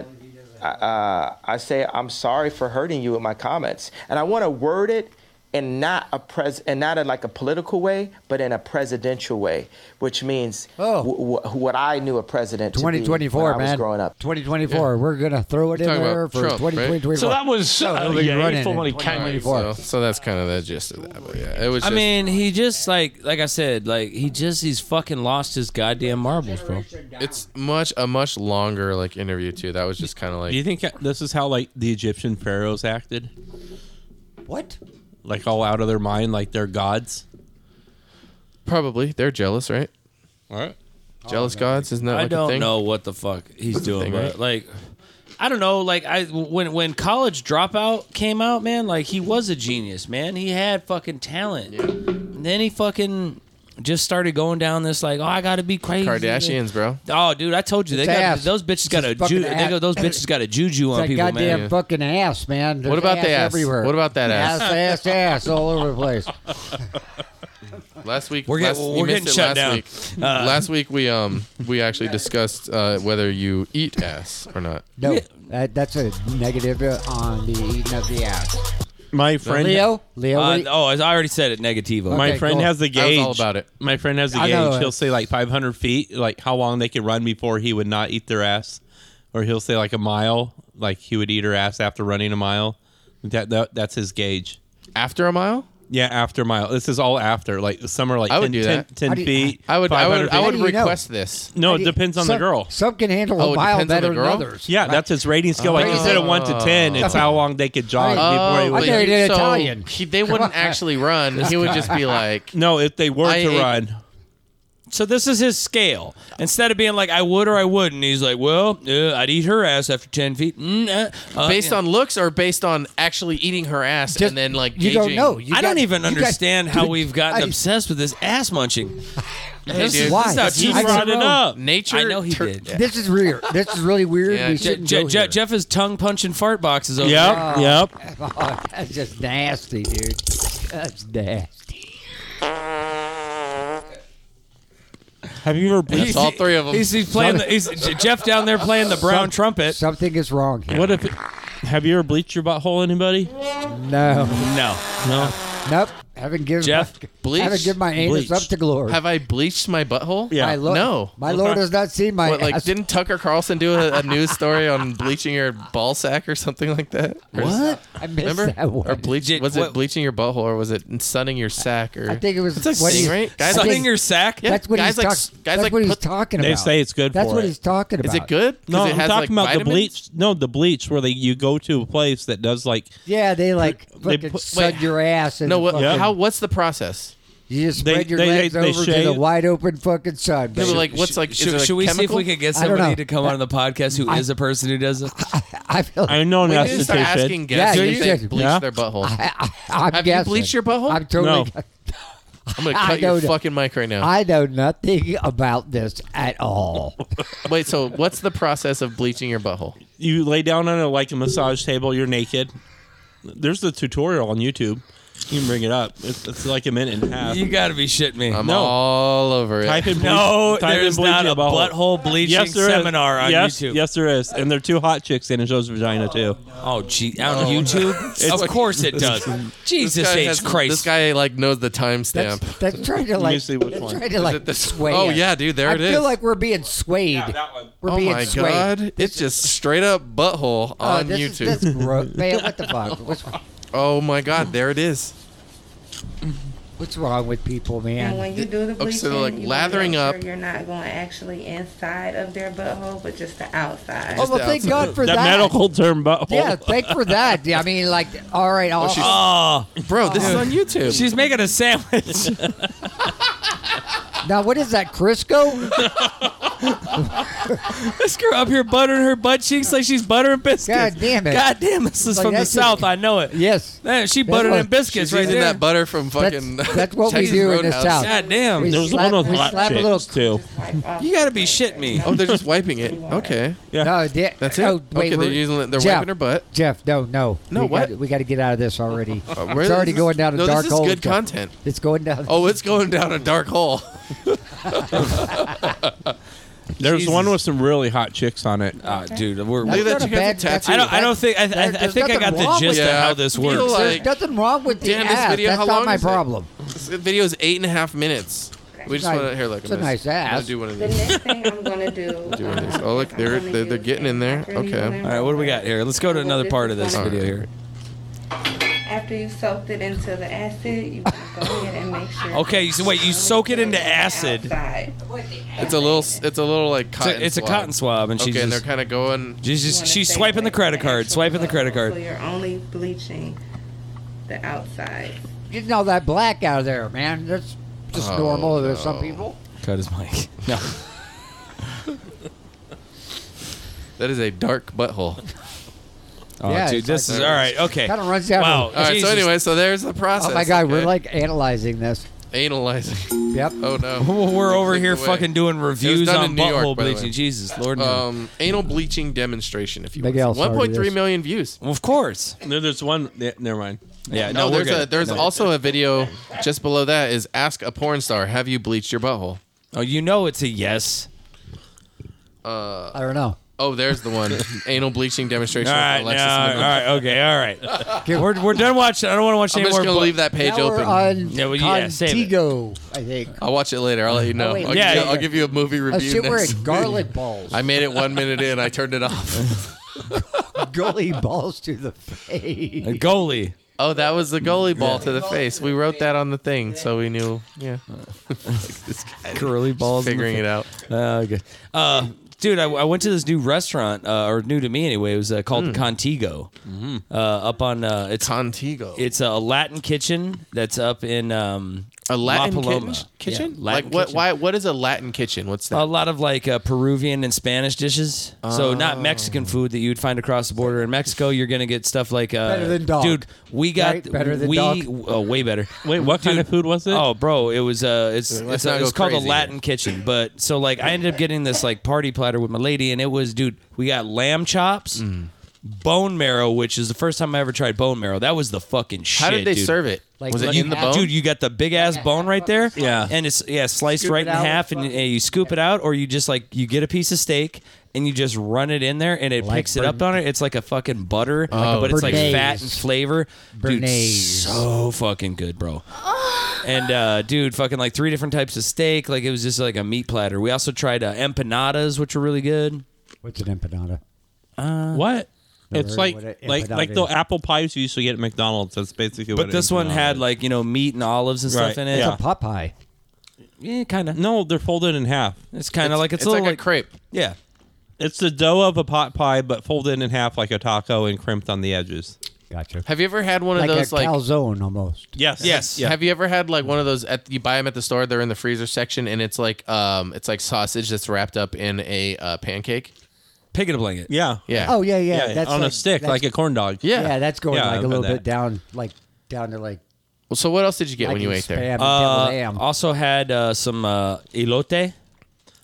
Uh, I say I'm sorry for hurting you with my comments, and I want to word it in not a pres and not in like a political way, but in a presidential way, which means Oh. wh- wh- what I knew a president to be when I 2024, was man. growing up. 2024. We're gonna throw it in talking about there for Trump, 2024. So that was No, uh, it'll be yeah, running he in formally 2024. So, so that's kind of the gist of that. But yeah, it was. I just- mean, he just like like I said, like he just he's fucking lost his goddamn marbles, bro. it's much a much longer like interview too. That was just kind of like Do you think this is how like the Egyptian pharaohs acted? What? Like all out of their mind, like they're gods. probably they're jealous, right? Jealous gods, isn't that like I a don't thing? know what the fuck he's doing, thing, but right? like, I don't know. Like, I when when College Dropout came out, man, like he was a genius, man. He had fucking talent. And then he fucking just started going down this like, oh, I gotta be crazy. Kardashians, bro. Oh, dude, I told you they It's got ass. those bitches got a It's fucking ju- they ass. got, those bitches got a juju on It's that people, goddamn man. fucking ass, man. There's What about ass the ass? everywhere? What about that ass? Ass, ass, ass, all over the place. Last week, We're get- last, you we're missed getting shut it last down. Uh, Week. last week we um we actually discussed uh, whether you eat ass or not. No, that, that's a negative uh, on the eating of the ass. My friend, Leo, Leo, what Uh, do you- oh, I already said it. Negativo. my Okay, friend cool. has the I was gauge. all about it. My friend has the I gauge. know it. He'll say like 500 feet, like how long they could run before he would not eat their ass, or he'll say like a mile, like he would eat her ass after running a mile. That, that that's his gauge. After a mile, Yeah, after a mile. This is all after. Like some are like I 10, would do 10 that. 10 How do you- feet. I would I would 500 I feet. would do you know? request this. No, How it do you- depends on the some- girl. Some can handle Oh, a it mile depends on the better than girl? others. Yeah, Right? that's his rating scale. Like instead of one to Oh. ten, it's how long they could jog before he Um, but would. I married you- an so Italian. He, they wouldn't actually run. He would just be like, no, if they were I to ate- run, So this is his scale. Instead of being like I would or I wouldn't, he's like, well, uh, I'd eat her ass after ten feet. Mm, uh, uh, based on looks or based on actually eating her ass Just- and then like you don't gauging- know. You I got- don't even you got- understand how dude, we've gotten I- obsessed with this ass munching. this, dude. is, Why? this is how That's Chief just- brought it up. Nature I know he tur- did. This is weird. This is really weird. Yeah, we Je- Je- shouldn't Je- go Je- here. Jeff is tongue punching fart boxes over yep, here. Ah. yep. Oh, that's just nasty, dude. That's nasty. Have you ever? That's all three of them. He's, he's playing. The, he's J- Jeff down there playing the brown Some- trumpet. Something is wrong here. What if? Have you ever bleached your butthole? Anybody? No. No, no. Nope. Haven't given Jeff, my, bleach? haven't given my anus Bleach. up to glory. Have I bleached my butthole? Yeah. my Lord, No. My Lord has not seen my What, like ass. didn't Tucker Carlson do a, a news story on bleaching your ball sack or something like that? Or- what? I missed Remember? that one. Or bleach? Did- Was what- it bleaching your butthole or was it sunning your sack? Or I think it was. It's like what sting, he- right? I Guys think- like- sucking your sack. Yeah. That's what guys he's like talk- s- guys That's like what he's put- talking They about. say it's good. That's for what it. he's talking about. is it good? 'Cause No, it I'm has, talking like, about the vitamins? bleach. No, the bleach where they you go to a place that does like Yeah, they like They fucking put- sun wait, your ass and No, what, fucking, how? What's the process? you just They- spread your they- they- legs they over to the shave- wide open fucking sun. No, but baby. like, what's like? Should, is it like should we see if chemical? we could get I don't somebody know. to come on the podcast who is a person who does it? I feel like I know an We need to start asking esthetician. guests Yeah, if you they should. bleach Yeah. their butthole. I, I, I'm Have you guessing. bleached your butthole? I'm totally. No. I'm gonna I cut your don't- fucking mic right now. I know nothing about this at all. Wait, so what's the process of bleaching your butthole? You lay down on a like a massage table. You're naked. There's a tutorial on YouTube. You can bring it up. It's, it's like a minute and a half. You got to be shitting me. I'm all over it. Type in bleach, no, type in there's bleach not your a butthole bleaching Yes, there is. seminar on yes, YouTube. Yes, there is. And there are two hot chicks and it shows vagina too. Oh, gee, on YouTube? of course it does. This Jesus guy H. has- Christ. This guy like knows the timestamp. That's, that's trying to like. see which that's one. Trying to like it this- sway. Oh, us. yeah, dude, there I it I feel is. like we're being swayed. We're Oh being my swayed. god! It's just straight up butthole Oh, on this YouTube. Is, that's gross. Man, what the fuck? What's, Oh my god! There it is. what's wrong with people, And man? when you do the Okay, bleaching, so like you wanna lathering make up- Sure you're not going actually inside of their butthole, but just the outside. Oh, well, the thank outside. God for That that. medical term butthole. Yeah, thank for that. Yeah, I mean, like, all right, I'll, she's- oh, Bro, this is on YouTube. she's making a sandwich. now what is that, Crisco? This girl up here buttering her butt cheeks like she's buttering biscuits. God damn it. God damn, this is Like, from the that's South. just- I know it. Yes. Man, she That's buttered what- in biscuits she's right using there. that butter from That's- fucking that's what we Texas do in the Roadhouse. South. God damn. We There was slap, one with we hot slap a little. chicks too. You gotta be shitting me. Oh, they're just wiping it. Okay. Yeah. No, they, That's it? Oh, wait, Okay, they're we're- using it- they're Jeff, wiping her butt. Jeff, no, no, No, we what? Got, we got to get out of this already. where it's already is this- going down a no, this dark is hole. good Jeff. content. It's going down. Oh, it's going down a dark hole. There's one with some really hot chicks on it. Ah, dude, we're. That's Look at not that a chick has a bad- tattoo. I don't. I don't think. I, I, There- I there's think I nothing got the wrong gist with of that. how this I feel works. There's like- nothing wrong with the Damn, this ass. video, That's how not long my is it? problem. This video is eight and a half minutes. We just Nice. want to here. Look, It's I'm a gonna- nice I'm gonna ass. do one of The these. next thing I'm gonna do. Do one of these. Oh, look, they're- they're- they're getting in there. Okay. All right, what do we got here? Let's go to another part of this All right. video here. After you soaked it into the acid, you go ahead and make sure. Okay, so wait, you soak it into acid. Outside. It's a little. s- It's a little like It's cotton. a, it's a swab. cotton swab, and Okay, she's and they're just, kind of going. she's, You just- wanna she's stay swiping the away from credit card, actual swiping the credit bubble, So card. you're only bleaching the outside. Getting all that black out of there, man. That's just Oh, normal. There's some no. people. Cut his mic. No, That is a dark butthole. oh, Yeah, dude, it's this like- is all right. Okay, Kind of runs down. Wow. All right. Jesus. So anyway, so there's the process. Oh my god, we're okay? like analyzing this. analyzing. Yep. Oh no. we're over Take it here away. fucking doing reviews done on in New York, butthole by the way. bleaching. Jesus, Lord, no. Um, anal bleaching demonstration. If you Big L, want. sorry, 1.3 this- million views. of course. There- There's one. yeah, never mind. Yeah, no, No, we're there's good. a there's No. also a video just below that is ask a porn star have you bleached your butthole. Oh, you know it's a yes. I don't know. Oh, there's the one anal bleaching demonstration. All with right, Alexis no, all Middleton. right, okay, all right. we're, we're done watching. I don't want to watch I'm any just more. gonna bu- leave that page now open. we're on Yeah, well, yeah, save it. Contigo, I think. I'll watch it later. I'll Oh, let you know. wait, I'll, yeah, give you, yeah. I'll give you a movie Oh review shit, we're next. at garlic balls. I made it one minute in. I turned it off. Gully balls to the face. A goalie. Oh, that was the goalie ball to the face. We wrote that on the thing, so we knew. Yeah, this guy Curly balls. in the figuring it out. Uh, good. Uh, dude, I, I went to this new restaurant, uh, or new to me anyway. It was uh, called Contigo, uh, up on uh, it's Contigo. it's a Latin kitchen that's up in um, a Latin La Paloma. kitchen. kitchen? Yeah, Latin like what? kitchen. Why? What is a Latin kitchen? What's that? A lot of like uh, Peruvian and Spanish dishes, so not Mexican food that you'd find across the border. In Mexico, you're gonna get stuff like uh, Better than dog, dude. We got right? Better than we dog. oh, way better. Wait, what kind of food was it? Oh, bro, it was uh, it's it's, not uh, it's go called a crazy Latin kitchen, but so like I ended up getting this like party platter with my lady, and it was dude, we got lamb chops, Mm. bone marrow, which is the first time I ever tried bone marrow. That was the fucking shit. How did they dude. serve it? Like, was it like in the half- bone? Dude, you got the big ass bone right there. Yeah. And it's yeah, sliced Scoop right it in out. half and you, and you scoop it out or you just like you get a piece of steak and you just run it in there and it Like picks it up on it. It's like a fucking butter, Oh, but it's like Bernaise. fat and flavor. Dude, Bernaise. so fucking good, bro. And uh, dude, fucking like three different types of steak. Like it was just like a meat platter. We also tried uh, empanadas, which are really good. What's an empanada? What? heard It's like what it- like what like it the is. apple pies you used to get at McDonald's. That's basically what. But it this is one now. had like you know meat and olives and stuff Right, in it. yeah. Pot pie. Yeah, kind of. no, they're folded in half. eh, It's kind of like it's, it's a little like a crepe. yeah. It's the dough of a pot pie, but folded in half like a taco and crimped on the edges. Gotcha. Have you ever had one of Like those a like? calzone almost. Yes. Yes. Yeah. Have you ever had like one of those at you buy them at the store? They're in the freezer section, and it's like um, it's like sausage that's wrapped up in a uh, pancake. Pig in a blanket. Yeah. Yeah. Oh yeah, yeah. Yeah, that's on like, a stick that's- like a corn dog. Yeah. Yeah, that's going Yeah, like I've a little had bit that. down, like down to like. Well, so what else did you get I when you can ate there? spam and Uh, deviled ham. also had uh, some uh, elote.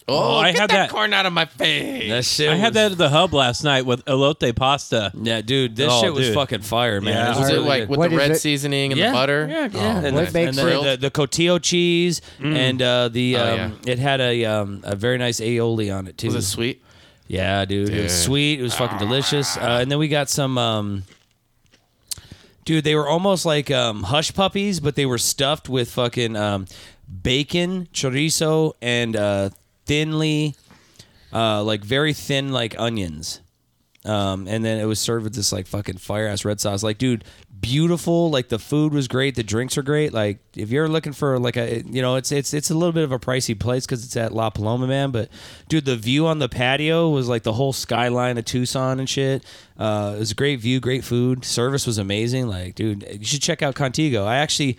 Oh, I get had that, that. corn out of my face. That shit. I had that at the hub last night with elote pasta. Yeah, dude, this Oh, shit was dude. fucking fire, man. This Yeah. Was was it really like good. with What the is red it? seasoning and yeah. the butter? Yeah, yeah. Oh, and, What the, makes and it- the, the, the cotillo cheese Mm. and uh, the Oh, um, it had a um, a very nice aioli on it too. Was it sweet? Yeah, dude, it was Dude. sweet. It was fucking delicious. Uh, and then we got some. Um, dude, they were almost like um, hush puppies, but they were stuffed with fucking um, bacon, chorizo, and uh, thinly, uh, like very thin, like onions. Um, and then it was served with this like fucking fire ass red sauce. Like, dude, beautiful. Like the food was great. The drinks are great. Like, if you're looking for like a, you know, it's it's it's a little bit of a pricey place because it's at La Paloma, man. But dude, the view on the patio was like the whole skyline of Tucson and shit. Uh, it was a great view, great food. Service was amazing. Like, dude, you should check out Contigo. I actually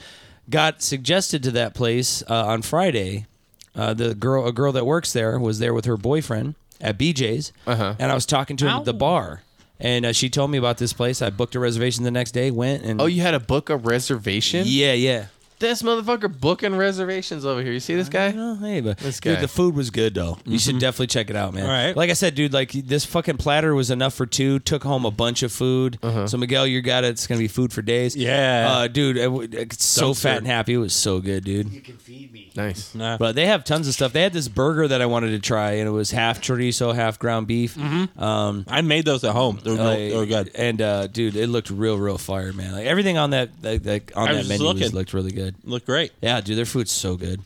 got suggested to that place uh, on Friday. Uh, the girl, a girl that works there, was there with her boyfriend at BJ's, and I was talking to him at the bar, and uh, she told me about this place. I booked a reservation the next day, went and Oh, you had to book a reservation? Yeah, yeah. This motherfucker booking reservations over here. You see this guy? Oh, hey, but this guy. Dude, the food was good though. You should definitely check it out, man. All right. Like I said, dude, like this fucking platter was enough for two. Took home a bunch of food. So Miguel, you got it. It's gonna be food for days. Yeah. uh, dude, it, w- it's so Dumpster. fat and happy. It was so good, dude. nice. Nah. But they have tons of stuff. They had this burger that I wanted to try, and it was half chorizo, half ground beef. Um, I made those at home. They were, real- they were good. And uh, dude, it looked real, real fire, man. Like everything on that, like, like on I was that just menu was, looking. looked really good. Looked great. Yeah, dude, their food's so good.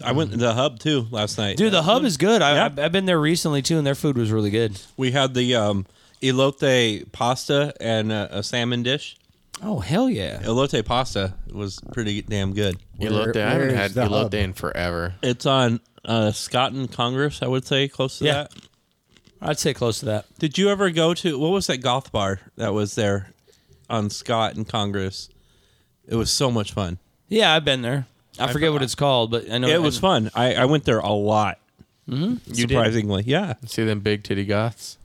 I went to the hub too last night. Dude, the hub is good. I, Yeah. I've, I've been there recently too, and their food was really good. We had the um, elote pasta and a, a salmon dish. Oh hell yeah! Elote pasta was pretty damn good. Elote. I where haven't is had the elote hub? in forever. It's on uh, Scott and Congress, I would say, close to Yeah. that. I'd say close to that. Did you ever go to what was that goth bar that was there on Scott and Congress? It was so much fun. Yeah, I've been there. I, forget what it's called, but I know It was fun. I, I went there a lot. Mm-hmm. Surprisingly, yeah, See them big titty goths?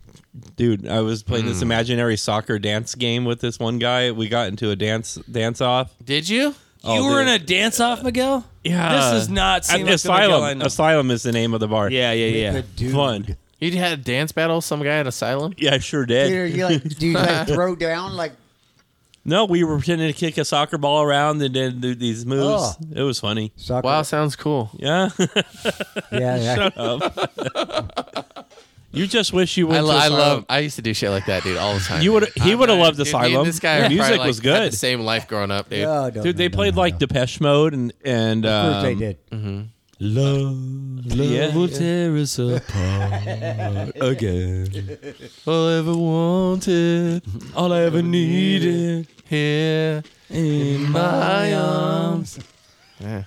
dude. I was playing Hmm. this imaginary soccer dance game with this one guy. We got into a dance dance off. Did you? You Oh, were in dude. a dance off, Miguel. Yeah. this is not seem like the Miguel I Asylum. know. Asylum is the name of the bar. Yeah, yeah, yeah. Dude. fun. You had a dance battle with some guy at Asylum? Yeah, I sure Dude, did. are you like, do you like throw down like? No, we were pretending to kick a soccer ball around and then do these moves. Oh. It was funny. Soccer. Wow, sounds cool. Yeah, Yeah, yeah. Oh, you just wish you I, went. lo- to I Asylum. love. I used to do shit like that, dude, all the time. You would. dude. He I'm would have not- loved dude, me and Asylum. This guy The probably, music like, was had good. the same life growing up, dude. Oh, no, Dude, they no, played no, like no. Depeche Mode and and Of course they um, did. Love, love Yeah. will tear us apart again. All I ever wanted, All I ever needed here in my my arms. arms.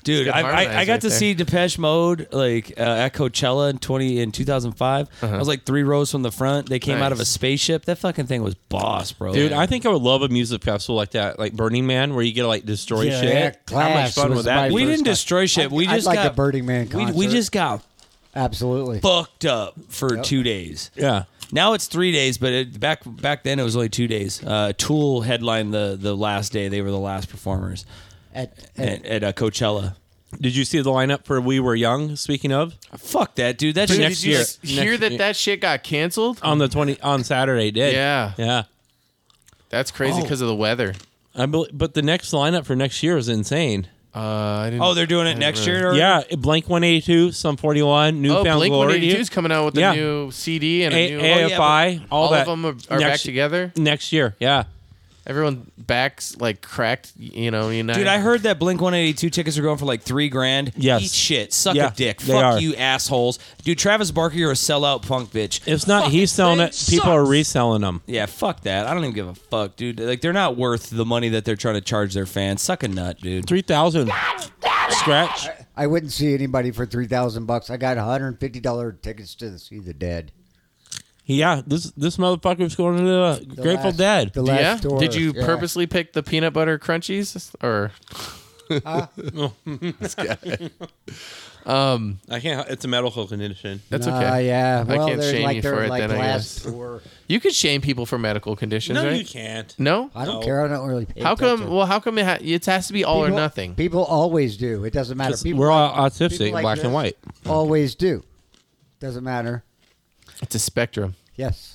Dude, Good I, harmonizer I, I got right to there. see Depeche Mode like uh, at Coachella in twenty in two thousand five. I was like three rows from the front. They came out of a Nice. spaceship. That fucking thing was boss, bro. Dude, I think I would love a music festival like that, like Burning Man, where you get to like destroy Yeah, shit. yeah, How much Clash fun was would that? my Be? we first didn't time. destroy shit. I'd- we I'd just like got a Burning Man We, we concert. just got Absolutely. fucked up for two days. Yeah, Now it's three days, but it, back back then it was only two days. Uh, Tool headlined the the last day. They were the last performers At, at, at, at uh, Coachella. did you see the lineup for We Were Young? Speaking of, Fuck that, dude. That Dude, shit- next Did you year. s- hear Next Oh. that year. that shit got canceled? on the twenty on Saturday, did Yeah. yeah. That's crazy because of the weather. I believe, but the next lineup for next year is insane. Uh, I didn't. Oh, they're doing it next year. already? Yeah, Blank One Eighty Two, Some Forty One, Oh, Newfound Blink Glory, 182 is coming out with a Yeah. new CD and a, A- new. Oh, AFI, all, all that. of them are, are back next, together. next year. Yeah, Everyone backs like cracked. You know, you know. Dude, I heard that Blink 182 tickets are going for like three grand. Yes. Eat shit. Suck Yeah, a dick. they Fuck are. you, assholes. Dude, Travis Barker, you're a sellout punk bitch. if not, he's selling it. People are reselling them. Yeah, fuck that. I don't even give a fuck, dude. Like, they're not worth the money that they're trying to charge their fans. Suck a nut, dude. Three thousand scratch. I wouldn't see anybody for three thousand bucks. I got one hundred and fifty dollar tickets to see the Dead. Yeah, this this motherfucker's going to the, The Grateful last- Dead. The Yeah. last tour. Did you Yeah. purposely pick the peanut butter crunchies or? I can't. It's a medical condition. That's Nah, okay. Uh, yeah. Well, can't they're shame like you their for it like then, I last guess. tour. You could shame people for medical conditions, No, right? you can't. No. I don't No. care. I don't really. pay How come? attention. Well, how come it, ha- it has to be all or People- nothing? People always do. It doesn't matter. People We're all autistic, people like black and this. white. always do. Doesn't matter. It's a spectrum. Yes.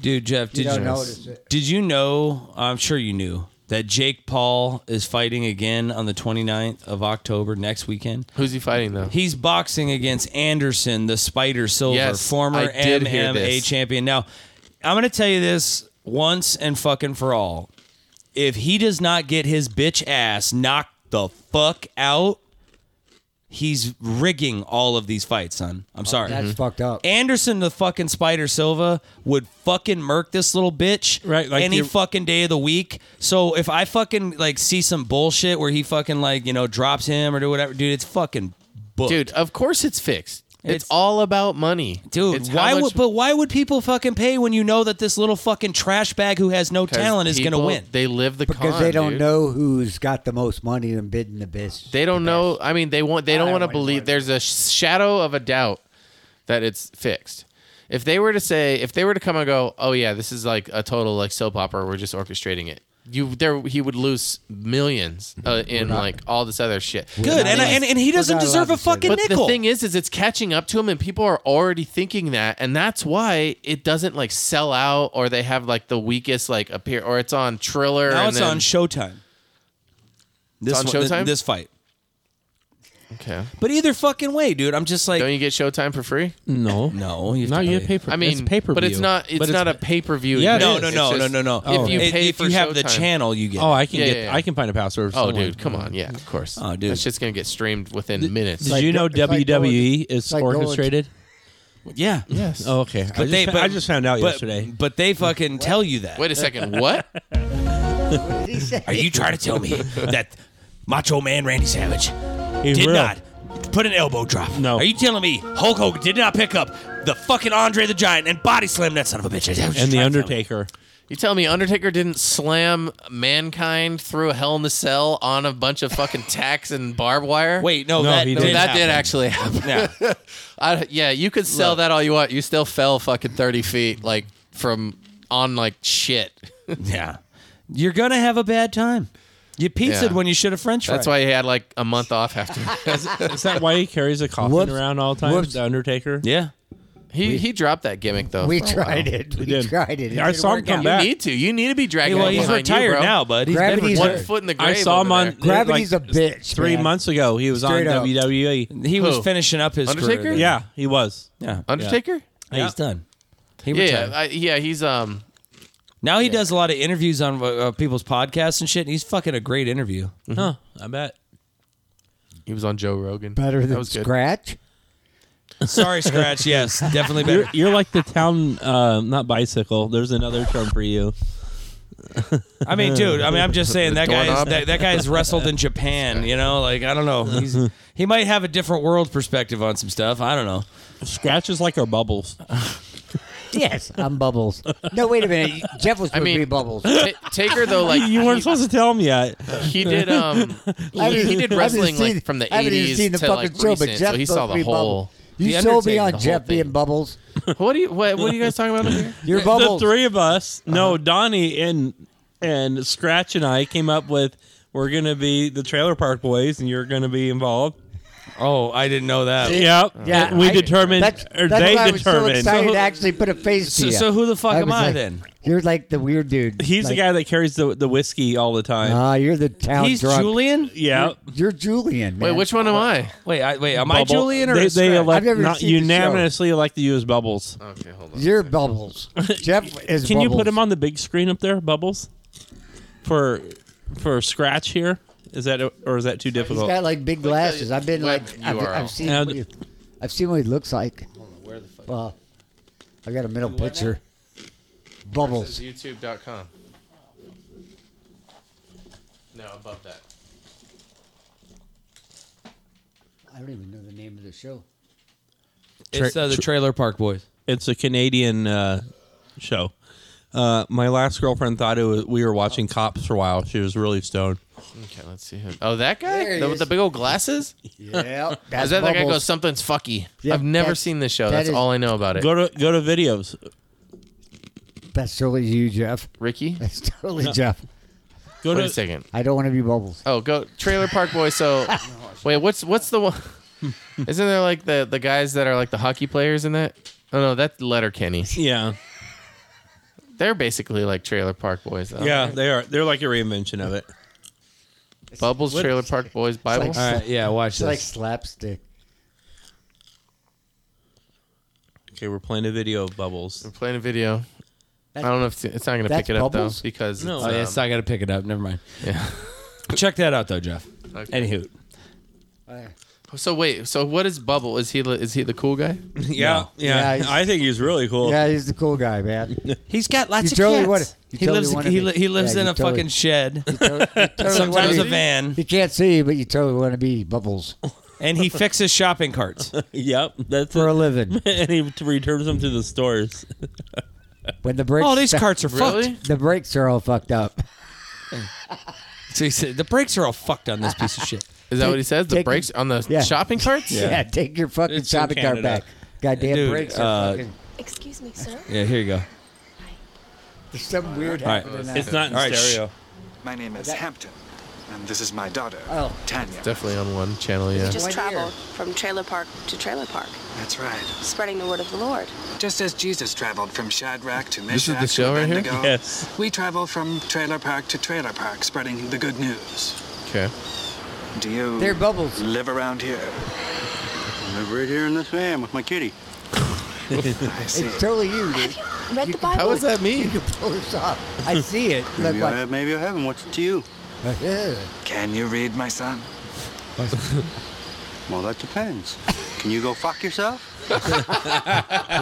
Dude, Jeff, You did you, don't notice it. did you know? I'm sure you knew that Jake Paul is fighting again on the 29th of October next weekend. Who's he fighting though? He's boxing against Anderson, the Spider Silver, Yes, former I did hear MMA this. champion. Now, I'm going to tell you this once and fucking for all. If he does not get his bitch ass knocked the fuck out, he's rigging all of these fights, son. I'm sorry. Mm-hmm. Mm-hmm. That's fucked up. Anderson, the fucking Spider Silva, would fucking murk this little bitch Right, like any the- fucking day of the week. So if I fucking like see some bullshit where he fucking like you know drops him or do whatever, dude, it's fucking booked. Dude, of course it's fixed. It's, It's- all about money, Dude, It's how why much- would but why would people fucking pay when you know that this little fucking trash bag who has no 'cause talent is gonna people, win? They live the Because con, they don't dude. know who's got the most money and bidding the best. They don't know. I mean, they want. They don't I want to wouldn't believe. want it. There's a shadow of a doubt. that it's fixed. If they were to say, if they were to come and go, oh yeah, this is like a total like soap opera, we're just orchestrating it. You there, he would lose millions uh, in like all this other shit. Mm-hmm. Good, and, and and he doesn't deserve a fucking but nickel. the thing is, is it's catching up to him, and people are already thinking that, and that's why it doesn't like sell out, or they have like the weakest like appear, or it's on Triller. now and it's then- on Showtime. This on one- th- Showtime? This fight. Okay. But either fucking way, dude, I'm just like Don't you get Showtime for free? No, no, you have no, to you pay. pay per. I mean, it's pay-per-view. but it's not. It's But not a pay per view. Yeah, it No, is. no, no, no, no, no. Oh. If you If- pay if for you have the Showtime- channel, you get. Oh, I can Yeah, get. yeah, yeah. I can find a password. Oh, dude, come on. Yeah, of course. Oh, dude. That shit's gonna get streamed within minutes. Did like you go- know it's like going- WWE it's is like going- orchestrated? yeah. Yes. Oh, okay. I But just, they, fa- but, I just found out but- yesterday. But they fucking tell you that. Wait a second. What? What did he say? Are you trying to tell me that Macho Man Randy Savage He did will. not put an elbow drop? No. Are you telling me Hulk Hogan did not pick up the fucking Andre the Giant and body slam that son of a bitch? I was just And the trying to tell Undertaker. You tell me Undertaker didn't slam mankind through a hell in the cell on a bunch of fucking tacks and barbed wire? Wait, no, No, that, he No, didn't that happen. did actually happen. Yeah. I, yeah, you could sell that all you want. You still fell fucking thirty feet, like from on like shit. Yeah. You're gonna have a bad time. You pizzaed Yeah. when you should have French fried. That's why he had like a month off after. Is that why he carries a coffin Whoops. around all the time? Whoops. The Undertaker. Yeah. he he dropped that gimmick though. We for a tried while. it. We Oh, did. tried it. it I didn't saw him work come out. back. You need to. You need to be dragging. well, him he's behind you, retired bro. now, bud. He's been Gravity's One retired. Sure. foot in the I grave. saw him over on there. Gravity's like, a bitch. three man. months ago. He was Straight on up. WWE. He was Who? finishing up his career Undertaker? then. Yeah, he was. Yeah. Undertaker. Yeah, He's done. He Yeah, retired. I, yeah, he's um. now he does a lot of interviews on uh, uh, people's podcasts and shit. And he's fucking a great interview. Huh. I bet. He was on Joe Rogan. Better that than was good. scratch. Sorry, Scratch. Yes, definitely You're, better. you're like the town, uh, not bicycle. There's another term for you. I mean, dude. I mean, I'm just saying that guy. Is, Doorknob. that, that guy has wrestled in Japan. You know, like I don't know. He's, he might have a different world perspective on some stuff. I don't know. Scratch is like our bubbles. Yes, I'm Bubbles. No, wait a minute. Jeff was supposed mean- to be Bubbles. Ta- Taker though, like you weren't supposed to tell him yet. he, he did um he, he did wrestling like from the eighties to like recent, so he saw the whole. You The sold me Undertaker, on the whole Jeff thing. being Bubbles. What are you what, what are you guys talking about over here? You're the Bubbles. Uh-huh. three of us, no, Donnie and and Scratch and I came up with we're gonna be the Trailer Park Boys, and you're gonna be involved. Oh, I didn't know that. Yep. Yeah, we I- determined, That's, or that's they why I was so determined. So excited who- to actually put a face So, to you. so who the fuck I am was I like, then? You're like the weird dude. He's like, the guy that carries the the whiskey all the time. Ah, you're the town He's drunk. Julian. yeah. You're Julian, man. Wait, which one am I? Wait, I, wait. Am I Bubble. Julian or they, a they Scratch? elect- I've never not seen the show. unanimously elected you as Bubbles? Okay, hold on. You're Bubbles. Jeff is Can you Bubbles. put him on the big screen up there, Bubbles? For for Scratch here, is that or is that too He's difficult? got like big glasses. I've been Web like, I've, URL. I've seen, And- what he, I've seen what he looks like. Well, I got a middle picture. Bubbles. YouTube.com. No, above that. I don't even know the name of the show. It's uh, the Trailer Park Boys. It's a Canadian uh, show. Uh, my last girlfriend thought it was, we were watching Cops for a while. She was really stoned. Okay, let's see him. Oh, that There guy he the, is. with the big old glasses. Yeah, Is that's that the guy Bubbles. goes something's fucky? Yeah, I've never that's- seen this show. that That's is- all I know about it. Go to go to videos. That's totally you, Jeff. Ricky, That's totally Jeff. Go wait to a second. I don't want to be Bubbles. Oh, go Trailer Park Boy. So, wait, what's what's the one? Isn't there like the the guys that are like the hockey players in that? Oh no, that's Letter Kenny. yeah, They're basically like Trailer Park Boys. Though. yeah. They are they're like a reinvention of it. Bubbles Trailer Park Boys Bible. like- All right, yeah. Watch It's like this. slapstick. Okay, we're playing a video of Bubbles. I'm playing a video. I don't know if it's, it's not gonna That's pick it up Bubbles? though because No. it's, Oh, yeah, um, so I got to pick it up. Never mind. yeah. Check that out though, Jeff. Okay. Anywho, So wait, so what is Bubble? Is he is he the cool guy? Yeah, yeah. Yeah, he's- I think he's really cool. Yeah, he's the cool guy, man. You he's got lots You of totally cats. wanna- you he totally lives. wanna He, be- li- he lives yeah, in you a totally- fucking shed. totally- you totally Sometimes a wanna be- van, You can't see, but you totally want to be Bubbles and he fixes shopping carts. Yep, that's for a it. living. and he t- returns them to the stores. When the brakes, Oh, these carts are Really? fucked. the brakes are all fucked up. So he said, the brakes are all fucked on this piece of shit. Is that what he says? The take- brakes on the yeah. shopping carts? Yeah, take your fucking It's in shopping cart Canada. back. Goddamn Dude, brakes are uh, fucking. Excuse me, sir. Yeah, here you go. There's something weird All right. happening. It's not in All right, shh. stereo. My name is Hampton, and this is my daughter, Oh. Tanya. Definitely on one channel, You yeah. just traveled from trailer park to trailer park, That's right. spreading the word of the Lord. Just as Jesus traveled from Shadrach to This is the Meshach show to right here? Abednego, Yes. we travel from trailer park to trailer park, spreading the good news. Okay. Do you They're bubbles. live around here? I live right here in this van with my kitty. I see. It's totally you, dude. Read the Bible. mean? You can pull this off. I see it. Look Maybe I what. have, maybe I haven't. What's it to you? Yeah. Can you read, my son? Well, that depends. Can you go fuck yourself?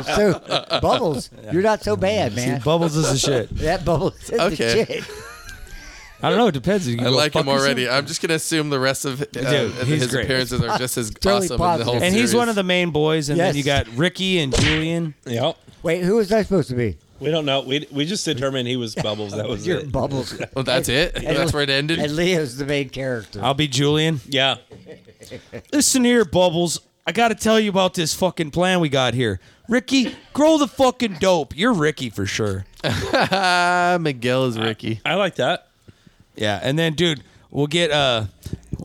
so, Bubbles, you're not so bad, See, man. Bubbles is the shit. That Bubbles is Okay. the shit. I don't know. It depends. You can I go like fuck him already. yourself. I'm just gonna assume the rest of uh, Dude, he's his great. appearances are just as Totally awesome in the positive. whole And And he's series. one of the main boys, and then Yes. you got Ricky and Julian. Yep. Wait, who was I supposed to be? We don't know. We, we just determined he was Bubbles. That was You're it. Bubbles. Well, that's it. And- That's where it ended. And Leo's the main character. I'll be Julian. Yeah. Listen here, Bubbles. I got to tell you about this fucking plan we got here. Ricky, grow the fucking dope. You're Ricky for sure. Ah, Miguel is Ricky. I like that. Yeah, and then dude, we'll get uh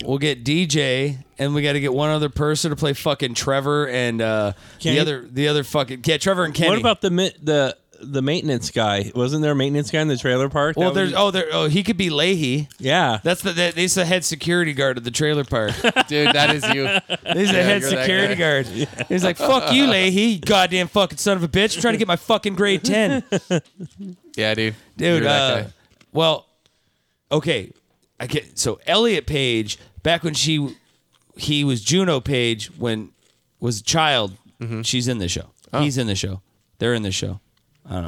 we'll get DJ and we got to get one other person to play fucking Trevor and uh Kenny? the other the other fucking yeah, Trevor and Kenny. What about the mi- the the maintenance guy? Wasn't there a maintenance guy in the trailer park? Well, That was- there's oh there oh he could be Leahy. yeah. That's the that, he's the head security guard of the trailer park. Dude, that is you. He's the Yeah, head you're that security guy. guard. He's like, "Fuck you, Leahy, you goddamn fucking son of a bitch! I'm trying to get my fucking grade ten, Yeah, dude. You're dude." that Uh, guy. well, okay, I get so Elliot Page back when she he was Juno Page when was a child. Mm-hmm. She's in the show. Oh. He's in the show. They're in the show. I don't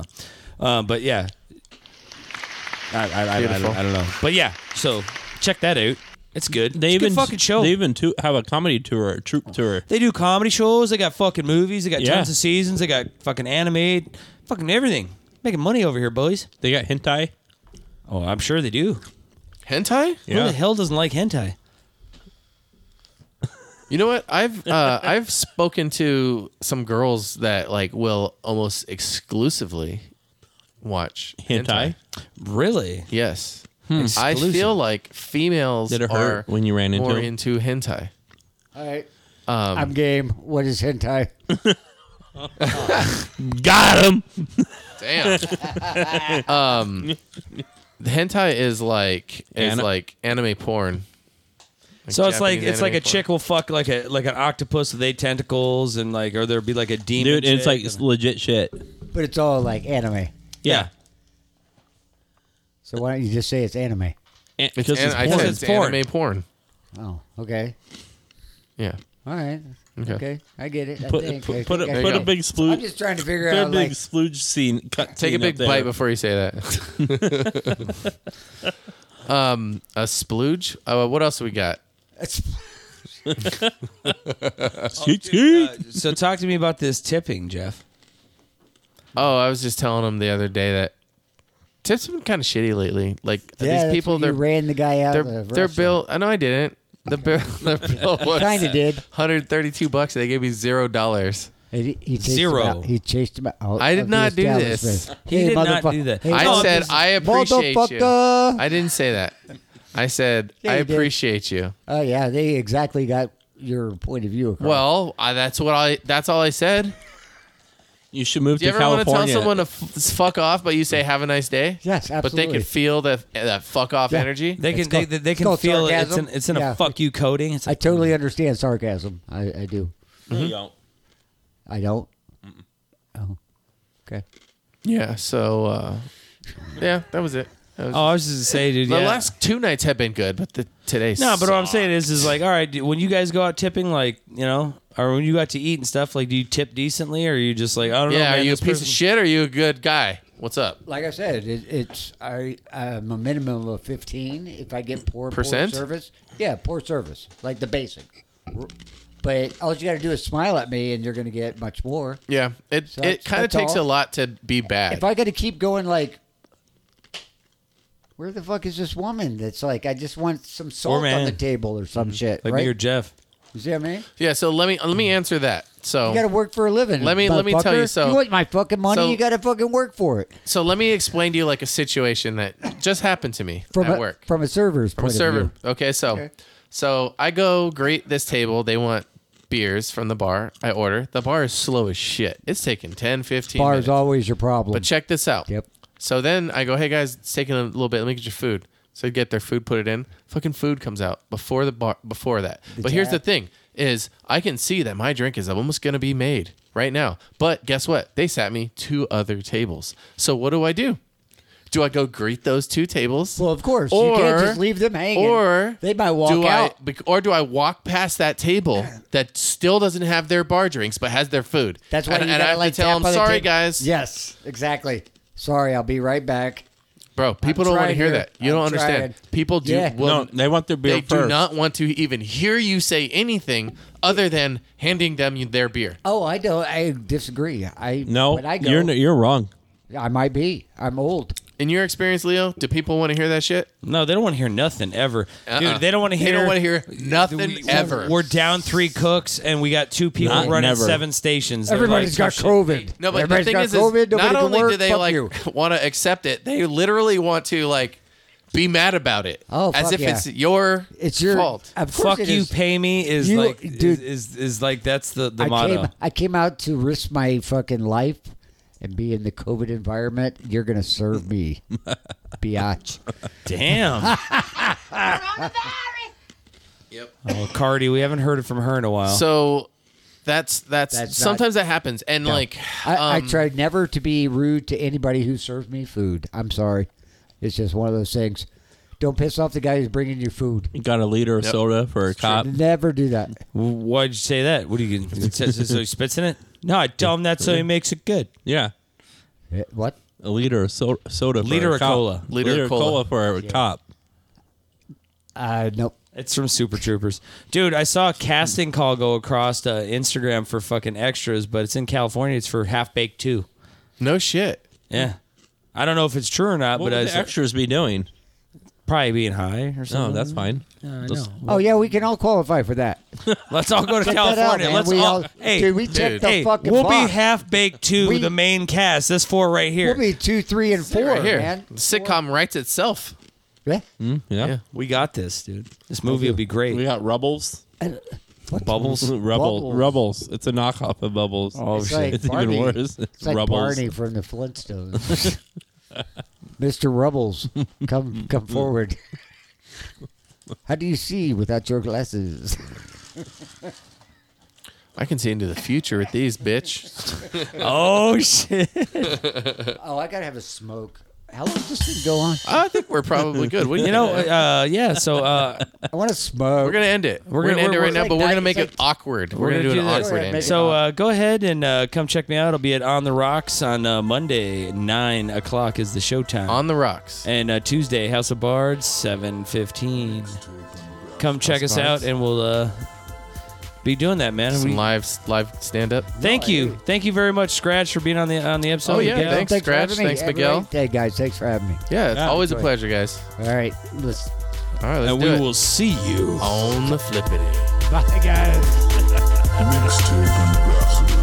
know, um, but yeah, I, I, I, I, don't, Beautiful. I don't know, but yeah. So check that out. It's good. It's They a good even fucking show. They even to- have a comedy tour, a troop tour. They do comedy shows. They got fucking movies. They got Yeah. tons of seasons. They got fucking anime, fucking everything. Making money over here, boys. They got hentai. Oh, I'm sure they do. hentai. Who the hell doesn't like hentai? You know what? I've uh, I've spoken to some girls that like will almost exclusively watch Hentai? Really? Yes. I Exclusive. feel like females Did it are hurt when you ran into more him? into hentai. All right. um, I'm game. What is hentai? Got him. Damn. um, the hentai is like is Ana- like anime porn. So it's like Japanese it's like a anime porn. chick will fuck like a like an octopus with eight tentacles and like or there'll be like a demon. Dude, and it's chick like and- it's legit shit. But it's all like anime. Yeah. So why don't you just say it's anime? And, It's, just an- as I porn. said It's it's porn. anime porn. Oh, okay. Yeah. All right. Okay. Okay. I get it. I Put, think. I put, put, think a, I put a get it. big splooge. I'm just trying to figure put a out. big Like, splooge scene. Cut Take a scene big up there. bite before you say that. um, a splooge. Uh, what else we got? Skeet, skeet. so talk to me about this tipping, Jeff. Oh, I was just telling him the other day that tips have been kind of shitty lately. Like yeah, these people, they they're ran the guy out. they're of they're bill. I know I didn't. The bill, their bill was Kinda did. 132 bucks. They gave me zero dollars. He, he chased Zero. Him out. He chased him out. I did of the not do establishment. this. He did not do that. Hey, I No, I'm said just- I appreciate you. Motherfucker. I didn't say that. I said Yeah, I you did. appreciate you. Oh yeah, they exactly got your point of view. across. Well, I, that's what I. That's all I said. You should move Do you to ever want to California. tell someone to f- fuck off, but you say have a nice day? Yes, But they absolutely. can feel that that fuck off Yeah. energy. They can It's called- they, they it's can called feel it. it's sarcasm. in, it's in Yeah. a fuck you coding. It's I like, totally understand sarcasm. I, I do. Mm-hmm. No, you don't. I don't. Oh, okay. yeah. So, uh, yeah, that was it. That was oh, I was just gonna say, dude. The yeah. last two nights have been good, but the, today. No, but what I'm saying is, is like, all right, do- when you guys go out tipping, like, you know, or when you go out to eat and stuff, like, do you tip decently, or are you just like, I don't know, yeah, man, are you a this piece person- of shit? Or are you a good guy? What's up? Like I said, it, it's I, I'm a minimum of 15. If I get poor, Percent? poor service, yeah, poor service, like the basic. But all you got to do is smile at me, and you're going to get much more. Yeah, it So it that's- kind of that's takes all. a lot to be bad. If I got to keep going, like, where the fuck is this woman? That's like, I just want some salt on man. Mm-hmm. the table or some shit, Like right? me or Jeff. You see what I mean? Yeah, so let me let me answer that. So You got to work for a living. Oh. Let me- let me tell you, motherfucker. so- you want my fucking money? so- you got to fucking work for it. So let me explain to you like a situation that just happened to me From at a, work. From a server's From a point server. of view. Okay, so Okay. so I go greet this table. They want beers from the bar. I order. The bar is slow as shit. It's taking 10, 15 Bar minutes. is always your problem. But check this out. Yep. So then I go, hey guys, it's taking a little bit. Let me get your food. So I get their food, put it in. Fucking food comes out before the bar, before that. The but here's the tap. thing: is I can see that my drink is almost gonna be made right now. But guess what? They sat me two other tables. So what do I do? Do I go greet those two tables? Well, of course. You can't just leave them hanging. Or They might walk do out. I, bec- or do I walk past that table that still doesn't have their bar drinks but has their food? That's why and, you and gotta I have like to tell tap them, on the sorry table." guys. Yes, exactly. Sorry, I'll be right back. Bro, people don't want to trying hear here. that. You I'm don't understand. trying. People do. Yeah. will- No, they want their beer They do first. not want to even hear you say anything other than handing them their beer. Oh, I don't. I disagree. I No, when I go, you're n- you're wrong. I might be. I'm old. In your experience, Leo, do people want to hear that shit? Uh-uh. No, they don't want to hear nothing ever. Uh-uh. Dude, they don't want to hear. They don't want to hear nothing ever. We're down three cooks, and we got two people Not running never. seven stations. They're Everybody's like, got COVID. No, but Everybody's the thing got is, is COVID. nobody not can only work, do they fuck like you. want to accept it, they literally want to like be mad about it. Oh, as fuck if yeah. it's your It's your- fault. of course Fuck it you, is. pay me is You- like dude. is, is is like that's the the I motto. Came, I came out to risk my fucking life and be in the COVID environment. You're gonna serve me, biatch. Damn. Yep. oh, Cardi, we haven't heard it from her in a while. So that's that's, That's not- sometimes that happens, and No. like I, I um, try never to be rude to anybody who serves me food. I'm sorry. It's just one of those things. Don't piss off the guy who's bringing you food. You got a liter of Yep. soda for a cop. Never do that. Why'd you say that? What do you? So so he spits in it? No, I tell him that so he makes it good. Yeah. Eh, What? A liter of so- soda. Liter for of a cop. cola. Liter, of cola, for a cop. Uh, nope. It's from Super Troopers, dude. I saw a casting call go across uh, Instagram for fucking extras, but it's in California. It's for Half Baked Two. No shit. Yeah, I don't know if it's true or not, What but would I the saw- extras be doing? probably being high or something. that's fine. Yeah, I Just- know. Oh yeah, we can all qualify for that. Let's all go to Check that out, California. man. Let's We all, all- hey, dude, we checked the hey, fucking We'll box. be half baked to We- the main cast. This four right here. We'll be two, three, and four, right here. man. The sitcom writes itself. Yeah. yeah. we got this, dude. This movie will be great. We got Rubbles. Bubbles, Rubble, Bubbles. Rubbles. It's a knockoff of Bubbles. Oh, It's like it's Barney. even worse. It's like Rubbles. Barney from the Flintstones. Mr. Rubbles, come come forward. How do you see without your glasses? I can see into the future with these, bitch. Oh, shit. oh, I gotta have a smoke. How long does this thing go on? I think we're probably good. What do you know, uh, yeah. So uh, I want to smoke. We're gonna end it. We're, gonna end it right now, but we're gonna make it awkward. We're, gonna, do an this. awkward ending. So uh, go ahead and uh, come check me out. I'll be at On the Rocks on uh, Monday, nine o'clock is the showtime. On the Rocks. And uh, Tuesday, House of Bards, seven fifteen. Come check House us of Bards. out, and we'll uh, be doing that, man. Some We- live live stand up. Thank you, thank you very much, Scratch, for being on the on the episode. Oh, yeah, Miguel. thanks, Thanks for Scratch. having me. Thanks, Miguel. Everybody- Hey guys, thanks for having me. Yeah, it's Yeah, always a enjoy. pleasure, guys. All right, let's. All right, let's And do we it. will see you on the flippity. Bye guys. Mixtape ambassadors.